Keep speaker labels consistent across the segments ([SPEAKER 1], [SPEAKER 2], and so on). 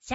[SPEAKER 1] シ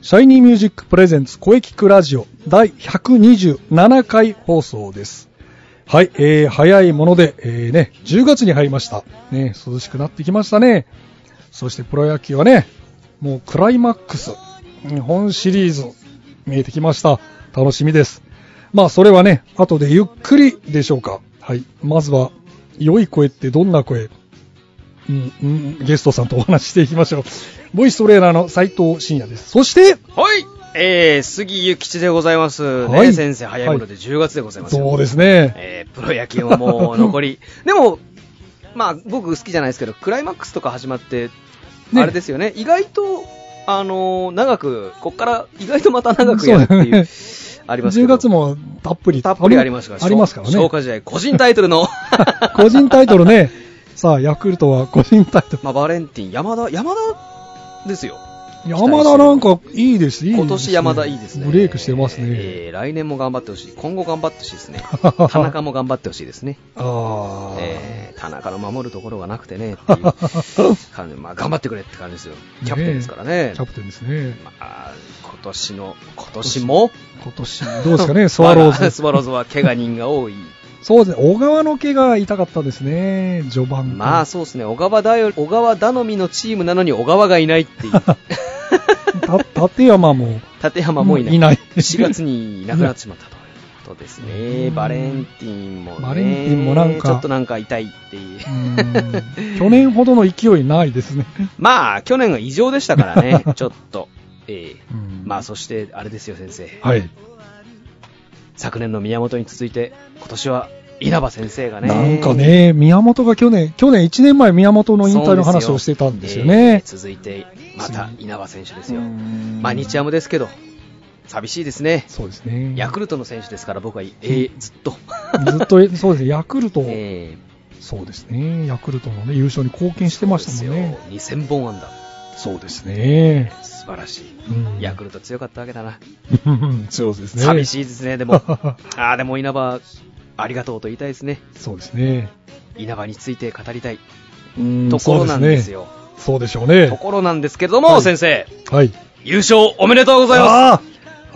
[SPEAKER 2] シャイニーミュージックプレゼンツ声聞くラジオ第127回放送です。はい、えー、早いもので、えーね、10月に入りました。ね、涼しくなってきましたね。そしてプロ野球はね、もうクライマックス、日本シリーズ、見えてきました。楽しみです。まあ、それはね、後でゆっくりでしょうか。はい、まずは、良い声ってどんな声うん、うん、ゲストさんとお話ししていきましょう。ボイストレーナーの斉藤慎也です。そして、
[SPEAKER 3] はいえー、杉ゆきちでございます。ね、
[SPEAKER 2] はい
[SPEAKER 3] 先生、早い頃で10月でございますよ。
[SPEAKER 2] そうですね。
[SPEAKER 3] えー、プロ野球はもう残 り。でも、まあ、僕好きじゃないですけど、クライマックスとか始まって、
[SPEAKER 2] ね
[SPEAKER 3] あれですよね、意外と、あのー長く、こっから意外とまた長くやるって
[SPEAKER 2] そうだ
[SPEAKER 3] い
[SPEAKER 2] ね
[SPEAKER 3] う、 ありますけ
[SPEAKER 2] 10
[SPEAKER 3] ど。
[SPEAKER 2] 月もたっぷり。
[SPEAKER 3] たっぷりありますから、
[SPEAKER 2] ありますから
[SPEAKER 3] 消
[SPEAKER 2] ね。
[SPEAKER 3] 化試合、個人タイトルの。
[SPEAKER 2] 個人タイトルね。さあ、ヤクルトは個人タイ トル。
[SPEAKER 3] まあ、バレンティン、山田、山田ですよ。
[SPEAKER 2] 山田なんかいいです、いいですね
[SPEAKER 3] 今年山田いいですね。
[SPEAKER 2] ブレイクしてますね。。
[SPEAKER 3] えー来年も頑張ってほしい。今後頑張ってほしいですね 田中も頑張ってほしいですね。
[SPEAKER 2] ああ、
[SPEAKER 3] えー田中の守るところがなくてね、っていう感 じ。まあ、頑張ってくれって感じですよ。キャプテンですからね。
[SPEAKER 2] キャプテンですね。
[SPEAKER 3] まあ、今年の、今年も、
[SPEAKER 2] 今年、どうですかね、スワロ
[SPEAKER 3] まあ
[SPEAKER 2] ーズ。
[SPEAKER 3] スワローズは怪我人が 多い。
[SPEAKER 2] そうですね、小川の毛が痛かったですね、序盤。
[SPEAKER 3] まあ、そうですね。小川だよ、小川頼みのチームなのに小川がいないって いう。
[SPEAKER 2] た 立山も、
[SPEAKER 3] 立山もいない。
[SPEAKER 2] いない
[SPEAKER 3] 4月にいなくなってしまったということですね。
[SPEAKER 2] うん
[SPEAKER 3] バレンティンもね。
[SPEAKER 2] バレンティンもなんか
[SPEAKER 3] ちょっとなんか痛いっていう。
[SPEAKER 2] うーん去年ほどの勢いないですね。
[SPEAKER 3] まあ、去年が異常でしたか らね、ちょっと。ええ
[SPEAKER 2] うん
[SPEAKER 3] まあ、そして、あれですよ、先生。
[SPEAKER 2] はい。
[SPEAKER 3] 昨年の宮本に続いて、今年は稲葉先生がね。
[SPEAKER 2] なんかね、宮本が去年、去年1年前宮本の引退の話をしてたんですよね
[SPEAKER 3] ええ。続いて、また稲葉選手です
[SPEAKER 2] う
[SPEAKER 3] よ。
[SPEAKER 2] ん
[SPEAKER 3] まあ、日ハムですけど、寂しいですね。
[SPEAKER 2] そうですね。
[SPEAKER 3] ヤクルトの選手ですから、僕は、ええ ずっと。
[SPEAKER 2] ずっと、そうですね、ヤクルト、
[SPEAKER 3] ええ
[SPEAKER 2] そうですね、ヤクルトの、ね、優勝に貢献してましたもんね。
[SPEAKER 3] ですよ2000本安打。
[SPEAKER 2] そうですね。
[SPEAKER 3] 素晴らしい。
[SPEAKER 2] うん
[SPEAKER 3] ヤクルト強かったわけだな。
[SPEAKER 2] そうですね。
[SPEAKER 3] 寂し
[SPEAKER 2] い。
[SPEAKER 3] いですね、でも。ああ、でも稲葉、ありがとうと言いたいですね。
[SPEAKER 2] そうですね。
[SPEAKER 3] 稲葉について語りたい
[SPEAKER 2] うん
[SPEAKER 3] ところなんです。よ。
[SPEAKER 2] そうですねそうでしょ
[SPEAKER 3] と
[SPEAKER 2] うね。
[SPEAKER 3] ころなんですけれども、
[SPEAKER 2] はい
[SPEAKER 3] 先生、
[SPEAKER 2] はい。
[SPEAKER 3] 優勝おめでとうございま
[SPEAKER 2] ああ、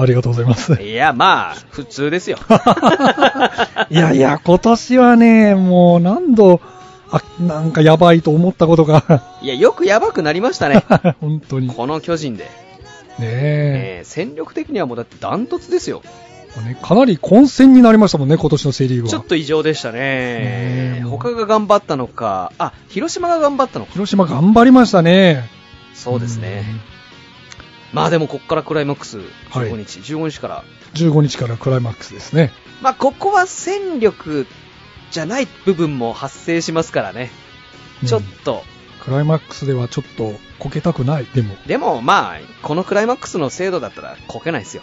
[SPEAKER 2] ありがとうございます。
[SPEAKER 3] す。いや、まあ、普 通ですよ。
[SPEAKER 2] いやいや、今年はね、もう何度、あ、なんかやばいと思ったことが、
[SPEAKER 3] いや、よくやばくなりましたね。
[SPEAKER 2] 本当に。ね
[SPEAKER 3] この巨人で。
[SPEAKER 2] え
[SPEAKER 3] えー戦力的にはもうだってダントツですよ。
[SPEAKER 2] もうねかなり混戦になりましたもんね、今年のセ・リーグ
[SPEAKER 3] ちょ
[SPEAKER 2] は
[SPEAKER 3] っ。と異常でした
[SPEAKER 2] ね
[SPEAKER 3] ね
[SPEAKER 2] え。
[SPEAKER 3] 他が頑張ったのか、あ、広島が頑張ったのか。
[SPEAKER 2] 広島頑張りましたね。
[SPEAKER 3] そうですね。まあでもここからクライマックス
[SPEAKER 2] はい
[SPEAKER 3] 15日、15日から、
[SPEAKER 2] うん。15日からクライマックスですね。
[SPEAKER 3] まあここは戦力じゃない部分も発生しますからね、ちょっ
[SPEAKER 2] うん
[SPEAKER 3] と、
[SPEAKER 2] クライマックスではちょっとこけたくない、でも。
[SPEAKER 3] でもまあ、このクライマックスの制度だったらこけないですよ、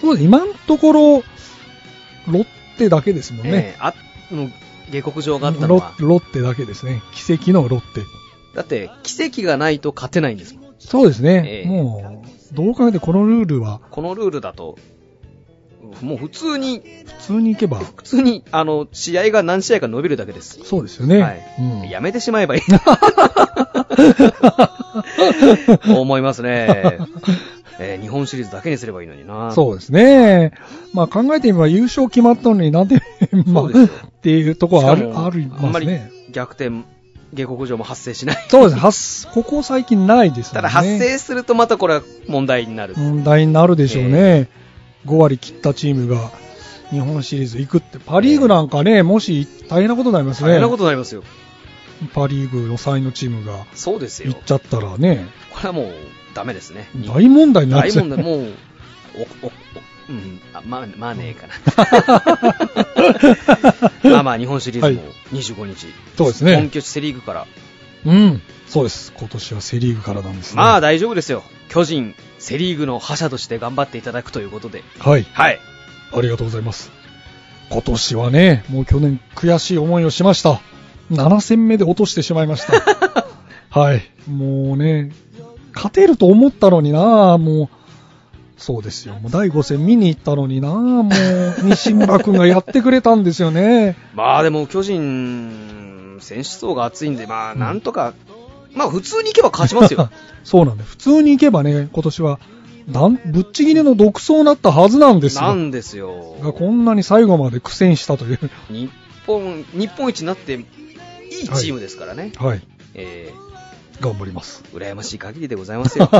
[SPEAKER 2] そうです今のところ、ロッテだけですもんね。
[SPEAKER 3] ええあもう下克上があったの
[SPEAKER 2] ロ
[SPEAKER 3] は、
[SPEAKER 2] ロッテだけですね。奇跡のロッテ。
[SPEAKER 3] だって奇跡がないと勝てないんですもん、
[SPEAKER 2] そうですね。
[SPEAKER 3] ええ
[SPEAKER 2] もう、どう考えてこのルールは、
[SPEAKER 3] このルールだと、もう普通に、
[SPEAKER 2] 普通にいけば、
[SPEAKER 3] 普通にあの試合が何試合か伸びるだけです。
[SPEAKER 2] そうですよね。
[SPEAKER 3] はい
[SPEAKER 2] うん、
[SPEAKER 3] やめてしま えばいい。思いますね。えー日本シリーズだけにすればいいのにな。
[SPEAKER 2] そうですね。まあ考えてみれば優勝決まったのになんで、まあ、
[SPEAKER 3] そうですよ
[SPEAKER 2] っていうところはあ
[SPEAKER 3] し
[SPEAKER 2] る、
[SPEAKER 3] かも
[SPEAKER 2] あり
[SPEAKER 3] あん
[SPEAKER 2] ま
[SPEAKER 3] ますり
[SPEAKER 2] ね。
[SPEAKER 3] 逆転、下克上も発生しない。
[SPEAKER 2] そうです発。ここ最近ないです
[SPEAKER 3] た
[SPEAKER 2] もんね。
[SPEAKER 3] だ発生するとまたこれは問題になる。
[SPEAKER 2] 問題になるでしょうね。5割切ったチームが日本シリーズ行くって、パ・リーグなんかね、もし大変なことになります
[SPEAKER 3] 大
[SPEAKER 2] ね。
[SPEAKER 3] 変なことになりますよ。
[SPEAKER 2] パ・リーグの3位のチームが
[SPEAKER 3] そうですよ
[SPEAKER 2] 行っ。ちゃったらね、
[SPEAKER 3] これはもうダメですね。
[SPEAKER 2] 大問題になっ
[SPEAKER 3] 大
[SPEAKER 2] ちゃう。
[SPEAKER 3] 問題、もう、お、お、おうん、あま、マネーか な。まあまあ、日本シリーズも
[SPEAKER 2] はい
[SPEAKER 3] 25日、
[SPEAKER 2] そうですね
[SPEAKER 3] 本拠地セ・リーグから、
[SPEAKER 2] うん。そうです。今年はセリーグからなんですね。
[SPEAKER 3] まあ大丈夫ですよ、巨人、セ・リーグの覇者として頑張っていただくということで、
[SPEAKER 2] はい。
[SPEAKER 3] はい、
[SPEAKER 2] ありがとうございます。今年はね、もう去年悔しい思いをしました。7戦目で落としてしまいま した。はい。もうね、勝てると思ったのになもう。そうですよ。もう第5戦見に行ったのになもう、西村君がやってくれたんですよね。。
[SPEAKER 3] まあでも巨人、選手層が厚いんで、まあなんとか、まあ普通にいけば勝ちますよ
[SPEAKER 2] そうなんで、普通に行けばね、今年は、なんぶっちぎりの独走になったはずなんです
[SPEAKER 3] な
[SPEAKER 2] よ。
[SPEAKER 3] んですよ。
[SPEAKER 2] がこんなに最後まで苦戦したという。
[SPEAKER 3] 日本、日本一になって、いいチームですからね。
[SPEAKER 2] はい。
[SPEAKER 3] え
[SPEAKER 2] 頑張ります。。
[SPEAKER 3] ー、羨ましい限りでございますよ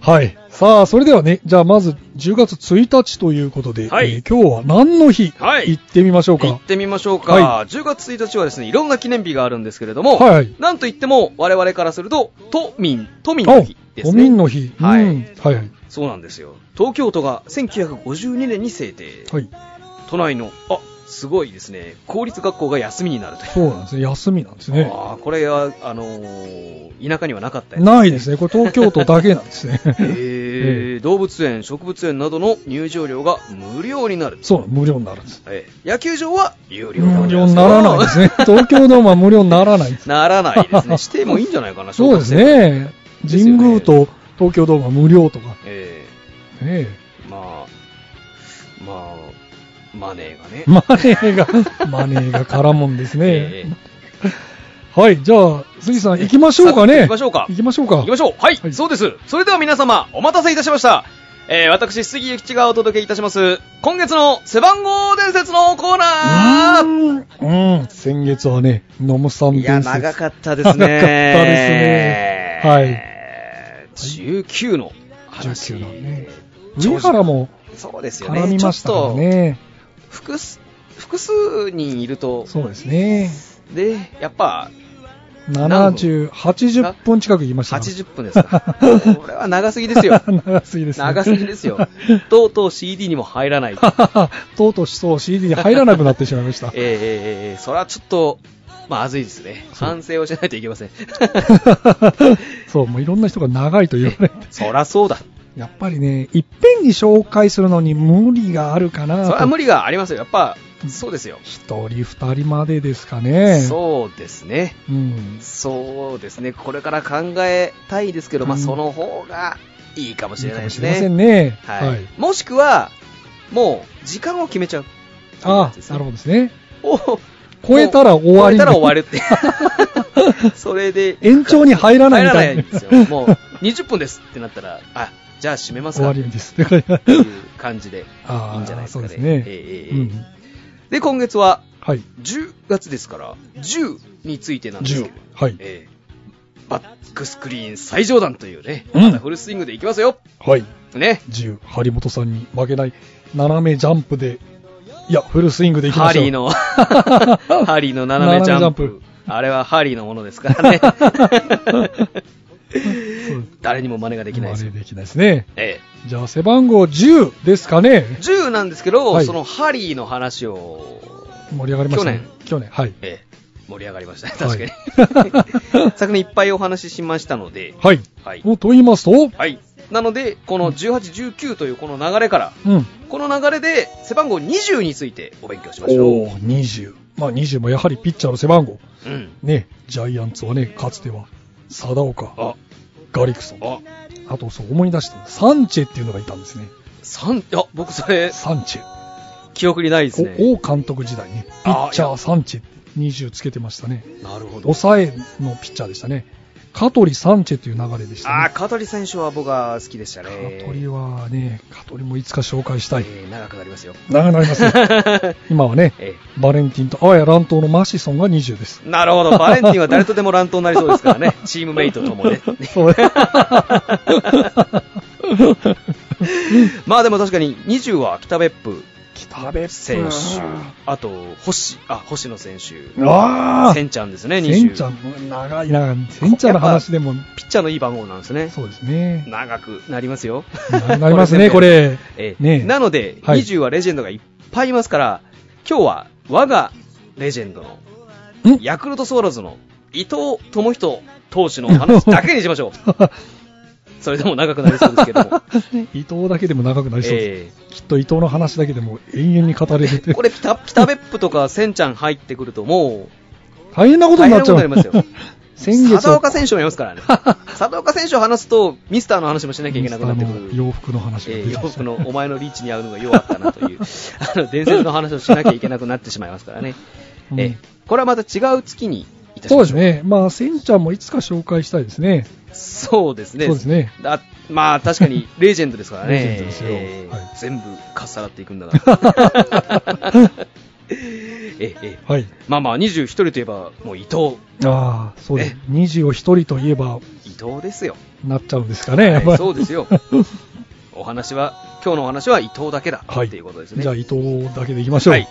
[SPEAKER 2] はい。さあ、それではね、じゃあまず10月1日ということで、
[SPEAKER 3] はい
[SPEAKER 2] えー今日は何の日、
[SPEAKER 3] はい
[SPEAKER 2] 行ってみましょう
[SPEAKER 3] 行
[SPEAKER 2] か
[SPEAKER 3] っ。てみましょうか、
[SPEAKER 2] は
[SPEAKER 3] 10月1日はですね、いろんな記念日があるんですけれども、
[SPEAKER 2] はい
[SPEAKER 3] なんといっても、我々からすると、都民、都民の日ですね。
[SPEAKER 2] お民の日。
[SPEAKER 3] はい
[SPEAKER 2] うんはいはい。
[SPEAKER 3] そうなんですよ。東京都が1952年に制定。
[SPEAKER 2] はい。
[SPEAKER 3] 都内の、あ、すごいですね。公立学校が休みになるという。
[SPEAKER 2] そうなんですね。休みなんですね。
[SPEAKER 3] ああ、これは、あのー田舎にはなかったやつ
[SPEAKER 2] ないですね。これ東京都だけなんですね。
[SPEAKER 3] え ー動物園、植物園などの入場料が無料になる。
[SPEAKER 2] そう、無料になるんです。
[SPEAKER 3] えー野球場は有料
[SPEAKER 2] 無料にならない ですね。
[SPEAKER 3] ど
[SPEAKER 2] 東京ドームは無料にならないです。
[SPEAKER 3] ならないで すね。してもいいんじゃないかな、
[SPEAKER 2] そうです
[SPEAKER 3] 小学生。
[SPEAKER 2] ね。
[SPEAKER 3] ですよ
[SPEAKER 2] 神
[SPEAKER 3] ね
[SPEAKER 2] 宮と東京ドームは無料とか。
[SPEAKER 3] え
[SPEAKER 2] ね
[SPEAKER 3] ーまあ、まあ、マネーがね。
[SPEAKER 2] マネーが、マネーが絡むんですね。
[SPEAKER 3] えー
[SPEAKER 2] はい、じゃあ、杉さん行きましょうかね。
[SPEAKER 3] さあ行きましょうか
[SPEAKER 2] 行きましょうか。
[SPEAKER 3] 行きましょう。はい、
[SPEAKER 2] はい
[SPEAKER 3] そうです。それでは皆様、お待たせいたしました。えー、私、杉ゆきちがお届けいたします。今月の背番号伝説のコーナー
[SPEAKER 2] うーん。うん。先月はね、野茂さん
[SPEAKER 3] いや、長かったです
[SPEAKER 2] 長かった
[SPEAKER 3] ね。
[SPEAKER 2] ですねはい。
[SPEAKER 3] 19の話。
[SPEAKER 2] 19のね
[SPEAKER 3] 長
[SPEAKER 2] 上
[SPEAKER 3] 寿
[SPEAKER 2] 原も
[SPEAKER 3] そうですよね。
[SPEAKER 2] 絡みましたから
[SPEAKER 3] ちょっ
[SPEAKER 2] ね。
[SPEAKER 3] と、複数、複数人いると、
[SPEAKER 2] そうですね。
[SPEAKER 3] で、やっぱ、
[SPEAKER 2] 70、80分近く行きました。。
[SPEAKER 3] 80分ですか。これは長すぎですよ
[SPEAKER 2] 長すぎです、ね。。
[SPEAKER 3] 長すぎですよ とうとう CD にも入らない。えー
[SPEAKER 2] とうとうそう CD に入らなくなってしまいま した。
[SPEAKER 3] えーえーそれはちょっと、まずいですね。
[SPEAKER 2] そう
[SPEAKER 3] 反省をしないといけ ません。
[SPEAKER 2] そう、もういろんな人が長いと言われて。
[SPEAKER 3] そらそうだ。
[SPEAKER 2] やっぱりね、いっぺんに紹介するのに無理があるかな
[SPEAKER 3] そ
[SPEAKER 2] と。
[SPEAKER 3] れは無理がありますよ。やっぱ、そうですよ。
[SPEAKER 2] 一人二人までですかね。
[SPEAKER 3] そうですね。
[SPEAKER 2] う。ん。
[SPEAKER 3] そうですね。これから考えたいですけど、まあ、
[SPEAKER 2] うん
[SPEAKER 3] その方がいいかもしれない
[SPEAKER 2] か
[SPEAKER 3] で
[SPEAKER 2] も
[SPEAKER 3] す
[SPEAKER 2] しれま
[SPEAKER 3] ね。
[SPEAKER 2] せんね。
[SPEAKER 3] はい。もしくは、もう、時間を決めちゃう。
[SPEAKER 2] ああ、なるほどですね。
[SPEAKER 3] お
[SPEAKER 2] 超えたら終わり。
[SPEAKER 3] 超えたら終わるって。 それで、
[SPEAKER 2] 延長に入らない
[SPEAKER 3] 入
[SPEAKER 2] み
[SPEAKER 3] ら
[SPEAKER 2] た
[SPEAKER 3] ない
[SPEAKER 2] い
[SPEAKER 3] ん
[SPEAKER 2] な。
[SPEAKER 3] ですよ。もう、20分ですってなったら、あ、じゃあ閉めます
[SPEAKER 2] 終
[SPEAKER 3] か
[SPEAKER 2] わ
[SPEAKER 3] っ
[SPEAKER 2] りです。
[SPEAKER 3] ていう感じで、
[SPEAKER 2] ああ
[SPEAKER 3] いいんじゃないですかね。
[SPEAKER 2] そうですね
[SPEAKER 3] ええええええ
[SPEAKER 2] うん。
[SPEAKER 3] で、今月は、
[SPEAKER 2] はい。
[SPEAKER 3] 10月ですから、10についてなんです
[SPEAKER 2] 10
[SPEAKER 3] けど、。
[SPEAKER 2] はい。
[SPEAKER 3] えーバックスクリーン最上段というね、
[SPEAKER 2] うん
[SPEAKER 3] またフルスイングでいきますよ。
[SPEAKER 2] はい。
[SPEAKER 3] ね。
[SPEAKER 2] 10。張本さんに負けない。斜めジャンプで。いや、フルスイングでいきま
[SPEAKER 3] ハ
[SPEAKER 2] しょう。
[SPEAKER 3] リ ー。の、ハリーの斜めジャンプ。
[SPEAKER 2] 斜めジ
[SPEAKER 3] あれはハリーのものですか らね。誰にも真似ができないです
[SPEAKER 2] 真
[SPEAKER 3] よ
[SPEAKER 2] 似。できないですね。
[SPEAKER 3] え
[SPEAKER 2] じゃあ、背番号10ですかね。
[SPEAKER 3] え10なんですけど、
[SPEAKER 2] はい
[SPEAKER 3] そのハリーの話を、
[SPEAKER 2] 盛り上がりましたね。去年。はい。
[SPEAKER 3] ええ盛り上がりましたね、確かに。昨年いっぱいお話ししましたので、
[SPEAKER 2] はい。
[SPEAKER 3] はい。
[SPEAKER 2] おと言いますと、
[SPEAKER 3] はい。なので、この18、19というこの流れから、
[SPEAKER 2] うん。
[SPEAKER 3] この流れで背番号20についてお勉強しましょう。
[SPEAKER 2] おお、20。まあ20もやはりピッチャーの背番号。
[SPEAKER 3] うん。
[SPEAKER 2] ね、ジャイアンツはね、かつては、貞岡、
[SPEAKER 3] あ、
[SPEAKER 2] ガリクソン。
[SPEAKER 3] あ、
[SPEAKER 2] あと、そう思い出した。サンチェっていうのがいたんですね。
[SPEAKER 3] さん、いや、僕それ、
[SPEAKER 2] サンチェ。
[SPEAKER 3] 記憶にないですね。
[SPEAKER 2] お王監督時代に、ピッチャーサンチェ20つけてましたね。
[SPEAKER 3] なるほど。
[SPEAKER 2] 抑えのピッチャーでしたね。香取サンチェという流れでし
[SPEAKER 3] あ
[SPEAKER 2] た
[SPEAKER 3] あ、
[SPEAKER 2] ね。
[SPEAKER 3] 香取選手は僕は好きでしたね。
[SPEAKER 2] 香取はね、香取もいつか紹介した
[SPEAKER 3] え
[SPEAKER 2] い。
[SPEAKER 3] ー長くなりますよ。
[SPEAKER 2] 長くなりますね。 今はね、
[SPEAKER 3] え
[SPEAKER 2] バレンティンと、あや乱闘のマシソンが20です。
[SPEAKER 3] ーなるほど。バレンティンは誰とでも乱闘になりそうですからね。チームメイトともね。
[SPEAKER 2] そうね。
[SPEAKER 3] まあでも確かに20は北別府
[SPEAKER 2] 北別
[SPEAKER 3] 選手、あと、星、あ、星野選手、
[SPEAKER 2] ああ
[SPEAKER 3] センちゃんですね、
[SPEAKER 2] セン
[SPEAKER 3] 20。
[SPEAKER 2] ちゃんも長いな、センちゃんの話でも、
[SPEAKER 3] ピッチャーのいい番号なんですね。
[SPEAKER 2] そうですね。
[SPEAKER 3] 長くなりますよ。
[SPEAKER 2] ななりますね、こ。れ。
[SPEAKER 3] ええ
[SPEAKER 2] ねえ
[SPEAKER 3] なので、
[SPEAKER 2] はい
[SPEAKER 3] 20はレジェンドがいっぱいいますから、今日は我がレジェンドの
[SPEAKER 2] ん、
[SPEAKER 3] ヤクルトスワローズの伊藤智人投手のお話だけにしま しょう。それでも長くなりそうですけども。
[SPEAKER 2] 伊藤だけでも長くなりそうです。
[SPEAKER 3] え
[SPEAKER 2] きっと伊藤の話だけでも永遠に語れる
[SPEAKER 3] え
[SPEAKER 2] て
[SPEAKER 3] これピタ、ピタベップとかセンちゃん入ってくるとも
[SPEAKER 2] 大変なことになっちゃう。
[SPEAKER 3] 大変なことになりう、
[SPEAKER 2] 先月
[SPEAKER 3] 佐岡選手もいますか らね。佐岡選手を話すと、ミスターの話もしなきゃいけなくなってくる。
[SPEAKER 2] 洋服の話が出
[SPEAKER 3] えー、
[SPEAKER 2] てき
[SPEAKER 3] 洋
[SPEAKER 2] ました
[SPEAKER 3] 服のお前のリーチに合うのが弱ったな という、あの伝説の話をしなきゃいけなくなってしまいますからね。
[SPEAKER 2] うん
[SPEAKER 3] えーこれはまた違う月にいたし
[SPEAKER 2] そう
[SPEAKER 3] ま
[SPEAKER 2] で
[SPEAKER 3] し
[SPEAKER 2] す
[SPEAKER 3] ょう。
[SPEAKER 2] ね。まあ、センちゃんもいつか紹介したいですね。
[SPEAKER 3] そうですね。
[SPEAKER 2] そうですね。
[SPEAKER 3] だまあ確 かにレジェンドですからね。
[SPEAKER 2] レジェンドですよ
[SPEAKER 3] えー
[SPEAKER 2] はい
[SPEAKER 3] 全部かっさらっていく んだから。えーえー
[SPEAKER 2] はい。
[SPEAKER 3] まあまあ21人といえばもう伊藤。
[SPEAKER 2] ああ、そうです
[SPEAKER 3] ね。
[SPEAKER 2] 20を一人といえば、
[SPEAKER 3] 伊藤ですよ。
[SPEAKER 2] なっちゃうんですかね、やっぱ
[SPEAKER 3] はい
[SPEAKER 2] り。
[SPEAKER 3] そうで すよ。お話は、今日のお話は伊藤だけだ。
[SPEAKER 2] はい
[SPEAKER 3] っていうことですね。
[SPEAKER 2] じゃあ、伊藤だけでいきましょう。
[SPEAKER 3] はい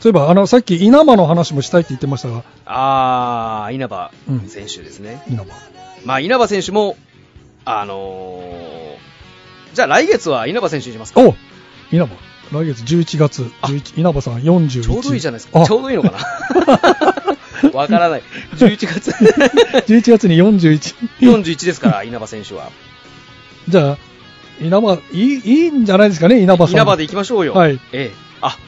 [SPEAKER 2] そういえば、あの、さっき稲葉の話もしたいって言ってましたが、
[SPEAKER 3] あー、稲葉
[SPEAKER 2] うん
[SPEAKER 3] 選手ですね。
[SPEAKER 2] 稲葉。
[SPEAKER 3] まあ、稲葉選手も、あのー、じゃあ来月は稲葉選手にしますか。
[SPEAKER 2] お稲葉。来月11月11、稲葉さん41。
[SPEAKER 3] ちょうどいいじゃないですか。
[SPEAKER 2] あ
[SPEAKER 3] ちょうどいいのか なわからない。11月
[SPEAKER 2] 11月に41。
[SPEAKER 3] 41ですから、稲葉選手は。
[SPEAKER 2] じゃあ、稲葉、いい、いいんじゃないですかね、稲葉さん。
[SPEAKER 3] 稲葉で行きましょうよ。
[SPEAKER 2] はい
[SPEAKER 3] ええ。あ、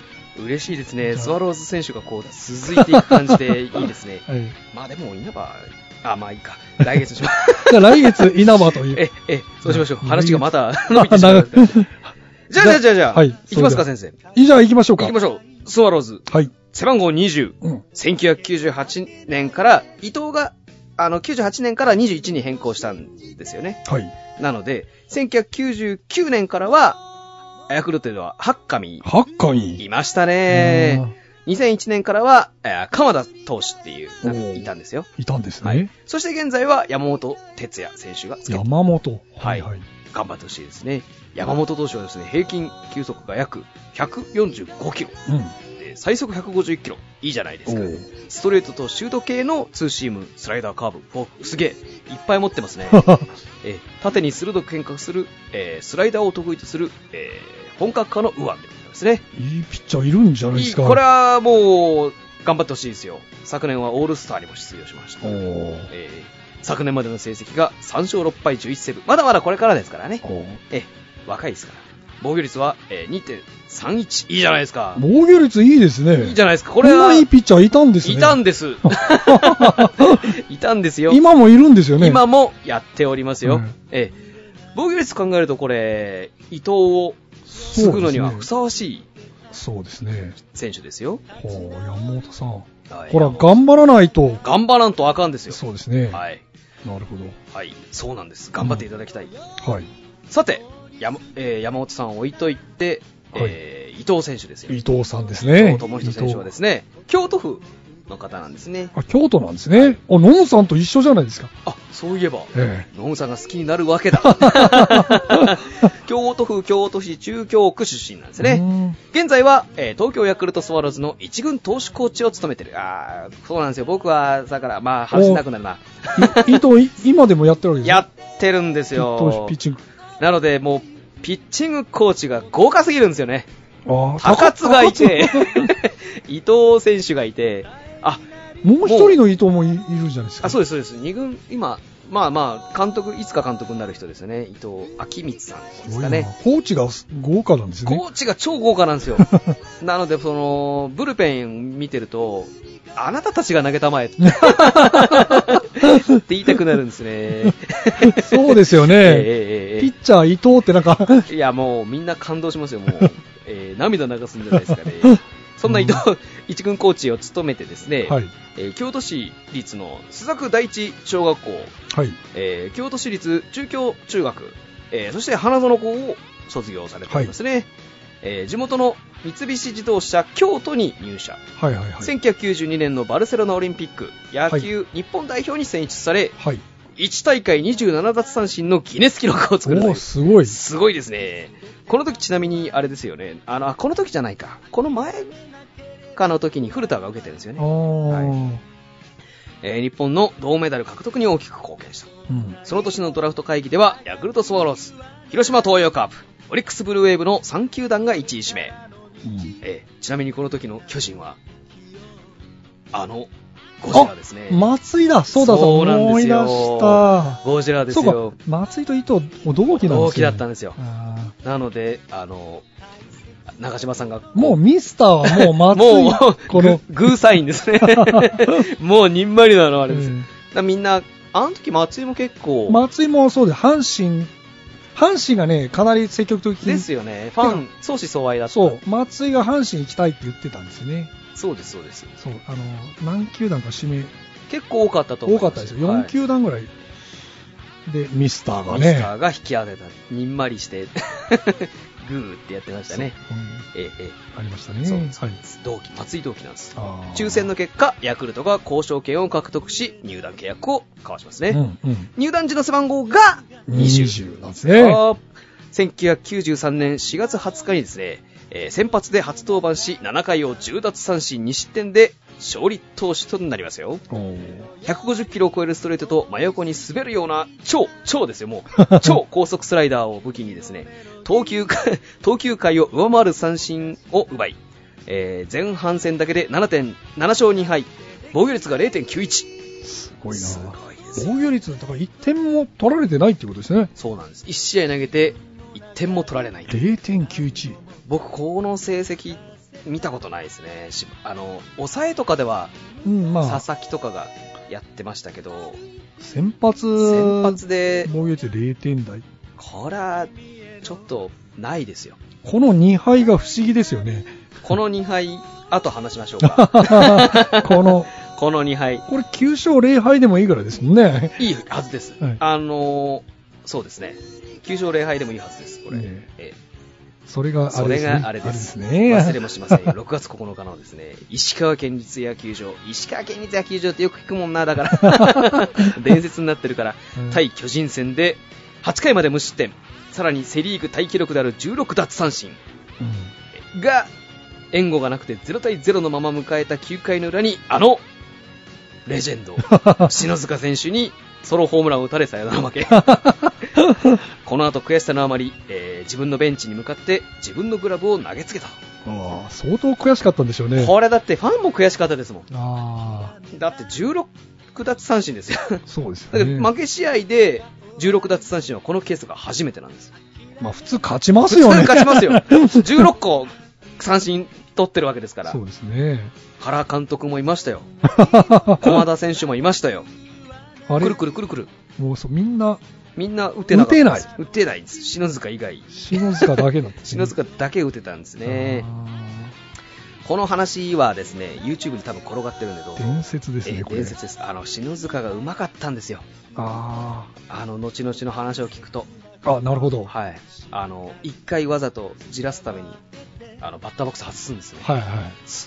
[SPEAKER 3] 嬉しいです
[SPEAKER 2] じ
[SPEAKER 3] ね。
[SPEAKER 2] ゃあ
[SPEAKER 3] スワローズ選手がこう、続いていく感じでいいですね。
[SPEAKER 2] はい。
[SPEAKER 3] まあでも稲葉、あ、まあいいか。来月にします。
[SPEAKER 2] じゃあ、来月、稲葉という。
[SPEAKER 3] え、え、そうしましょう。
[SPEAKER 2] うん
[SPEAKER 3] 話がまた 伸びてしまいますからじゃあじゃあじゃあじゃあ、
[SPEAKER 2] はい
[SPEAKER 3] 行きますか
[SPEAKER 2] それ
[SPEAKER 3] 先生。行
[SPEAKER 2] い いじゃあ、行きましょうか。
[SPEAKER 3] きましょう。スワローズ、
[SPEAKER 2] はい。
[SPEAKER 3] 背番号20、
[SPEAKER 2] うん。
[SPEAKER 3] 1998年から、伊藤が、あの、98年から21に変更したんですよね。
[SPEAKER 2] はい。
[SPEAKER 3] なので、1999年からは、ヤクルトでは、ハッカミ、
[SPEAKER 2] ハッカイ
[SPEAKER 3] いましたね。2001年からは、えー鎌田投手っていう
[SPEAKER 2] お
[SPEAKER 3] な
[SPEAKER 2] ー、
[SPEAKER 3] いたんですよ。
[SPEAKER 2] いたんですね。
[SPEAKER 3] はい。そして現在は山本哲也選手がつけて
[SPEAKER 2] 山本。
[SPEAKER 3] はい
[SPEAKER 2] はい。
[SPEAKER 3] 頑張ってほしいですね。山本投手はですね、平均球速が約145キロ。
[SPEAKER 2] うん。
[SPEAKER 3] で最速151キロ。いいじゃないですか
[SPEAKER 2] おう。
[SPEAKER 3] ストレートとシュート系のツーシーム、スライダー、カーブ、フォーク、すげえ。いっぱい持ってます ね。 えー縦に鋭く変化する、えースライダーを得意とする、えー本格化の右腕でございますね。
[SPEAKER 2] いいピッチャーいるんじゃないで
[SPEAKER 3] いい
[SPEAKER 2] すか。
[SPEAKER 3] これはもう、頑張ってほしいですよ。昨年はオールスターにも出場しました。
[SPEAKER 2] おー
[SPEAKER 3] えー昨年までの成績が3勝6敗11セーブ。まだまだこれからですからね。
[SPEAKER 2] おう
[SPEAKER 3] えー若いですから。防御率は、えー2.31。いいじゃないですか。
[SPEAKER 2] 防御率いいですね。
[SPEAKER 3] いいじ
[SPEAKER 2] ゃ
[SPEAKER 3] ゃないですか。これは、
[SPEAKER 2] んないいピッチャーいたんですね。
[SPEAKER 3] いたんです。 いたんですよ。
[SPEAKER 2] 今もいるんですよね。
[SPEAKER 3] 今もやっておりますよ、
[SPEAKER 2] うん
[SPEAKER 3] ええ、防御率考えるとこれ伊藤を継ぐのにはふさわしい
[SPEAKER 2] そうですね。
[SPEAKER 3] 選手ですよ、
[SPEAKER 2] ほう、山本さん。
[SPEAKER 3] はい
[SPEAKER 2] ほら、頑張らないと。
[SPEAKER 3] 頑張らんとあかんですよ
[SPEAKER 2] そうですね。
[SPEAKER 3] はい、
[SPEAKER 2] なるほど。
[SPEAKER 3] はい、そうなんです頑張っていただきたい、
[SPEAKER 2] はい。
[SPEAKER 3] さて山,、えー山本さんを置いといて、えー伊藤選手ですよ
[SPEAKER 2] 伊
[SPEAKER 3] 伊
[SPEAKER 2] 藤さんです
[SPEAKER 3] 藤
[SPEAKER 2] ね。。
[SPEAKER 3] 智人選手はですすね京都府の方なんですね
[SPEAKER 2] あ、京都なんですね。あ、ノンさんと一緒じゃないですか。
[SPEAKER 3] あそういえば
[SPEAKER 2] え
[SPEAKER 3] ノムさんが好きになるわけ だ京都府京都市中京区出身なんです
[SPEAKER 2] え。
[SPEAKER 3] ね、
[SPEAKER 2] ね。
[SPEAKER 3] 現在は、えー東京ヤクルトスワローズの一軍投手コーチを務めてる。あーそうなんですよ。僕は、だから、まあ、話しなくなるな。
[SPEAKER 2] い伊藤、い今でもやってるわけです
[SPEAKER 3] やってるんです
[SPEAKER 2] 投
[SPEAKER 3] よ
[SPEAKER 2] 手ピッ。チング。
[SPEAKER 3] なので、もう、ピッチングコーチが豪華すぎるんですよね。
[SPEAKER 2] あー
[SPEAKER 3] 高津がい て
[SPEAKER 2] 高津、
[SPEAKER 3] 伊藤選手がいて、あ、
[SPEAKER 2] もう一人の伊藤もいいるじゃないですか。
[SPEAKER 3] あそうです、そうです。二軍、今、まあまあ、監督、いつか監督になる人ですよね。伊藤昭光さんです
[SPEAKER 2] ごい
[SPEAKER 3] か
[SPEAKER 2] な
[SPEAKER 3] ね。
[SPEAKER 2] コーチが豪華なんですね。。
[SPEAKER 3] コーチが超豪華なんですよ。 なので、その、ブルペン見てると、あなたたちが投げたまえって言いたくなるんですね
[SPEAKER 2] そうですよね
[SPEAKER 3] ええええええ
[SPEAKER 2] ピッチャー伊藤ってなんか、
[SPEAKER 3] いや、もうみんな感動しますよ、もう。えー涙流すんじゃない ですかね。そんな伊藤、一軍コーチを務めてですね、
[SPEAKER 2] はい。
[SPEAKER 3] えー京都市立の須作第一小学校、
[SPEAKER 2] はい。
[SPEAKER 3] えー京都市立中京中学、えーそして花園校を卒業されておりますね、えー地元の三菱自動車京都に入社、
[SPEAKER 2] はいはいはい。
[SPEAKER 3] 1992年のバルセロナオリンピック野球日本代表に選出され、
[SPEAKER 2] はい。
[SPEAKER 3] 1大会27奪三振のギネス記録を作るとい
[SPEAKER 2] お
[SPEAKER 3] う
[SPEAKER 2] お、すごい。
[SPEAKER 3] すごいですね。この時ちなみにあれですよね。あの、あこの時じゃないか。この前かの時に古田が受けてるんですよ
[SPEAKER 2] ああ、
[SPEAKER 3] ね。えー日本の銅メダル獲得に大きく貢献した。
[SPEAKER 2] うん。
[SPEAKER 3] その年のドラフト会議では、ヤクルトスワローズ、広島東洋カープ、オリックスブルーウェーブの3球団が1位指名。えーちなみにこの時の巨人は、あの、ゴジラですね。
[SPEAKER 2] 松井だ、そうだ、そ
[SPEAKER 3] そうう
[SPEAKER 2] だ、
[SPEAKER 3] なん
[SPEAKER 2] 思
[SPEAKER 3] で
[SPEAKER 2] い
[SPEAKER 3] す
[SPEAKER 2] 出
[SPEAKER 3] よ
[SPEAKER 2] した。
[SPEAKER 3] ゴジラです
[SPEAKER 2] そう
[SPEAKER 3] よ
[SPEAKER 2] か。、松井と伊藤、同期なんですね。
[SPEAKER 3] 同期だったんですよ。
[SPEAKER 2] あ
[SPEAKER 3] なので、あの、中島さんが、
[SPEAKER 2] ーもうミスターはもう松井、
[SPEAKER 3] もう、
[SPEAKER 2] この、
[SPEAKER 3] ググーサインで すね。もう、にんまりなの、あれです。
[SPEAKER 2] うん
[SPEAKER 3] だからみんな、あの時松井も結構、
[SPEAKER 2] 松井もそうで、阪神、阪神がね、かなり積極的
[SPEAKER 3] で
[SPEAKER 2] に、
[SPEAKER 3] すよね。ファン、相思相愛だった。
[SPEAKER 2] そう、松井が阪神行きたいって言ってたんですよね。
[SPEAKER 3] そうです、そうです。
[SPEAKER 2] そう、あの、何球団か指名、
[SPEAKER 3] 結構多かったと
[SPEAKER 2] 多
[SPEAKER 3] 思います。
[SPEAKER 2] かったですよ。4球団ぐらい。で、ミスター
[SPEAKER 3] は
[SPEAKER 2] が
[SPEAKER 3] い
[SPEAKER 2] ね。
[SPEAKER 3] ミスターが引き当てた。 にんまりして、グーってやってましたね。
[SPEAKER 2] そう
[SPEAKER 3] ええ、え
[SPEAKER 2] うんありました
[SPEAKER 3] え、
[SPEAKER 2] ね。
[SPEAKER 3] そう
[SPEAKER 2] はい。
[SPEAKER 3] です。同期、松井同期なんです。
[SPEAKER 2] あー
[SPEAKER 3] 抽選の結果、ヤクルトが交渉権を獲得し、入団契約を交わしますね。
[SPEAKER 2] うんうん。
[SPEAKER 3] 入団時の背番号が
[SPEAKER 2] 20
[SPEAKER 3] 20
[SPEAKER 2] なんですね
[SPEAKER 3] あー1993年4月20日にですね、えー先発で初登板し、7回を10奪三振2失点で勝利投手となりますよ。150キロを超えるストレートと真横に滑るような超、超ですよ、も う。超高速スライダーを武器にですね、投球か、 投球回を上回る三振を奪い、えー前半戦だけで7点、7勝2敗、防御率が0.91。
[SPEAKER 2] すごい
[SPEAKER 3] す
[SPEAKER 2] な。
[SPEAKER 3] ごいです
[SPEAKER 2] 防御率、だから1点も取られてないってことですね。
[SPEAKER 3] そうなんです。1試合投げて1点も取られない。
[SPEAKER 2] 0.91。
[SPEAKER 3] 僕、この成績見たことないですね。しあの、抑えとかでは
[SPEAKER 2] うん、まあ
[SPEAKER 3] 佐、々木とかがやってましたけど、
[SPEAKER 2] 先発、
[SPEAKER 3] 先発で、
[SPEAKER 2] 防御率0点台。
[SPEAKER 3] これはちょっとないですよ。
[SPEAKER 2] この2敗が不思議ですよ ね。
[SPEAKER 3] この2敗、あと話しましょ うか。
[SPEAKER 2] この、
[SPEAKER 3] この2敗、
[SPEAKER 2] これ9勝0敗でもいいぐらいですもんね。
[SPEAKER 3] いいはずです。
[SPEAKER 2] はい
[SPEAKER 3] あのーそうですね。9勝0敗でもいいはずです、これ。
[SPEAKER 2] ね
[SPEAKER 3] ええ
[SPEAKER 2] それがあ
[SPEAKER 3] そ
[SPEAKER 2] れで
[SPEAKER 3] れ
[SPEAKER 2] すね。
[SPEAKER 3] があれです。
[SPEAKER 2] ね。
[SPEAKER 3] 忘れもしませんよ。6月9日のですね、石川県立野球場。石川県立野球場ってよく聞くもんな、だから。伝説になってるから
[SPEAKER 2] うん。
[SPEAKER 3] 対巨人戦で8回まで無失点。さらにセリーグタイ記録である16奪三振
[SPEAKER 2] うん
[SPEAKER 3] が、援護がなくて0対0のまま迎えた9回の裏に、あの、レジェンド、 篠塚選手にソロホームランを打たれさよなら負け。この後悔しさのあまり、えー自分のベンチに向かって自分のグラブを投げつけた。
[SPEAKER 2] ああ相当悔しかったんでしょうね。
[SPEAKER 3] これだってファンも悔しかったですもん。
[SPEAKER 2] ああ、
[SPEAKER 3] だって16奪三振です よ。
[SPEAKER 2] そうです
[SPEAKER 3] だ
[SPEAKER 2] よ
[SPEAKER 3] け
[SPEAKER 2] ね。
[SPEAKER 3] ど負け試合で16奪三振はこのケースが初めてなんです。
[SPEAKER 2] まあ普通勝ちますよね。
[SPEAKER 3] 普通勝ちますよ。16個 三振取ってるわけですから
[SPEAKER 2] そ。うです ね。
[SPEAKER 3] 原監督もいましたよ。駒
[SPEAKER 2] あ
[SPEAKER 3] 田選手もいましたよ。く
[SPEAKER 2] れ
[SPEAKER 3] るくるくるくる。
[SPEAKER 2] もうそう、みんな、
[SPEAKER 3] みんな打てなかったです。
[SPEAKER 2] 打
[SPEAKER 3] 打てないです。篠塚以外。
[SPEAKER 2] 篠塚だけだった、
[SPEAKER 3] 篠塚だけ打てたんですね。
[SPEAKER 2] あ
[SPEAKER 3] この話はですね、YouTube に多分転がってるんでどう
[SPEAKER 2] ー伝説です
[SPEAKER 3] え
[SPEAKER 2] ね、
[SPEAKER 3] ー
[SPEAKER 2] これ。
[SPEAKER 3] 伝説です。あの、篠塚がうまかったんですよ。
[SPEAKER 2] あ
[SPEAKER 3] あの、後々の話を聞くと。
[SPEAKER 2] あ。あ、なるほど。はい
[SPEAKER 3] はい。あの、一回わざとじらすために、あの、バッターボックス外すんですね。
[SPEAKER 2] はい。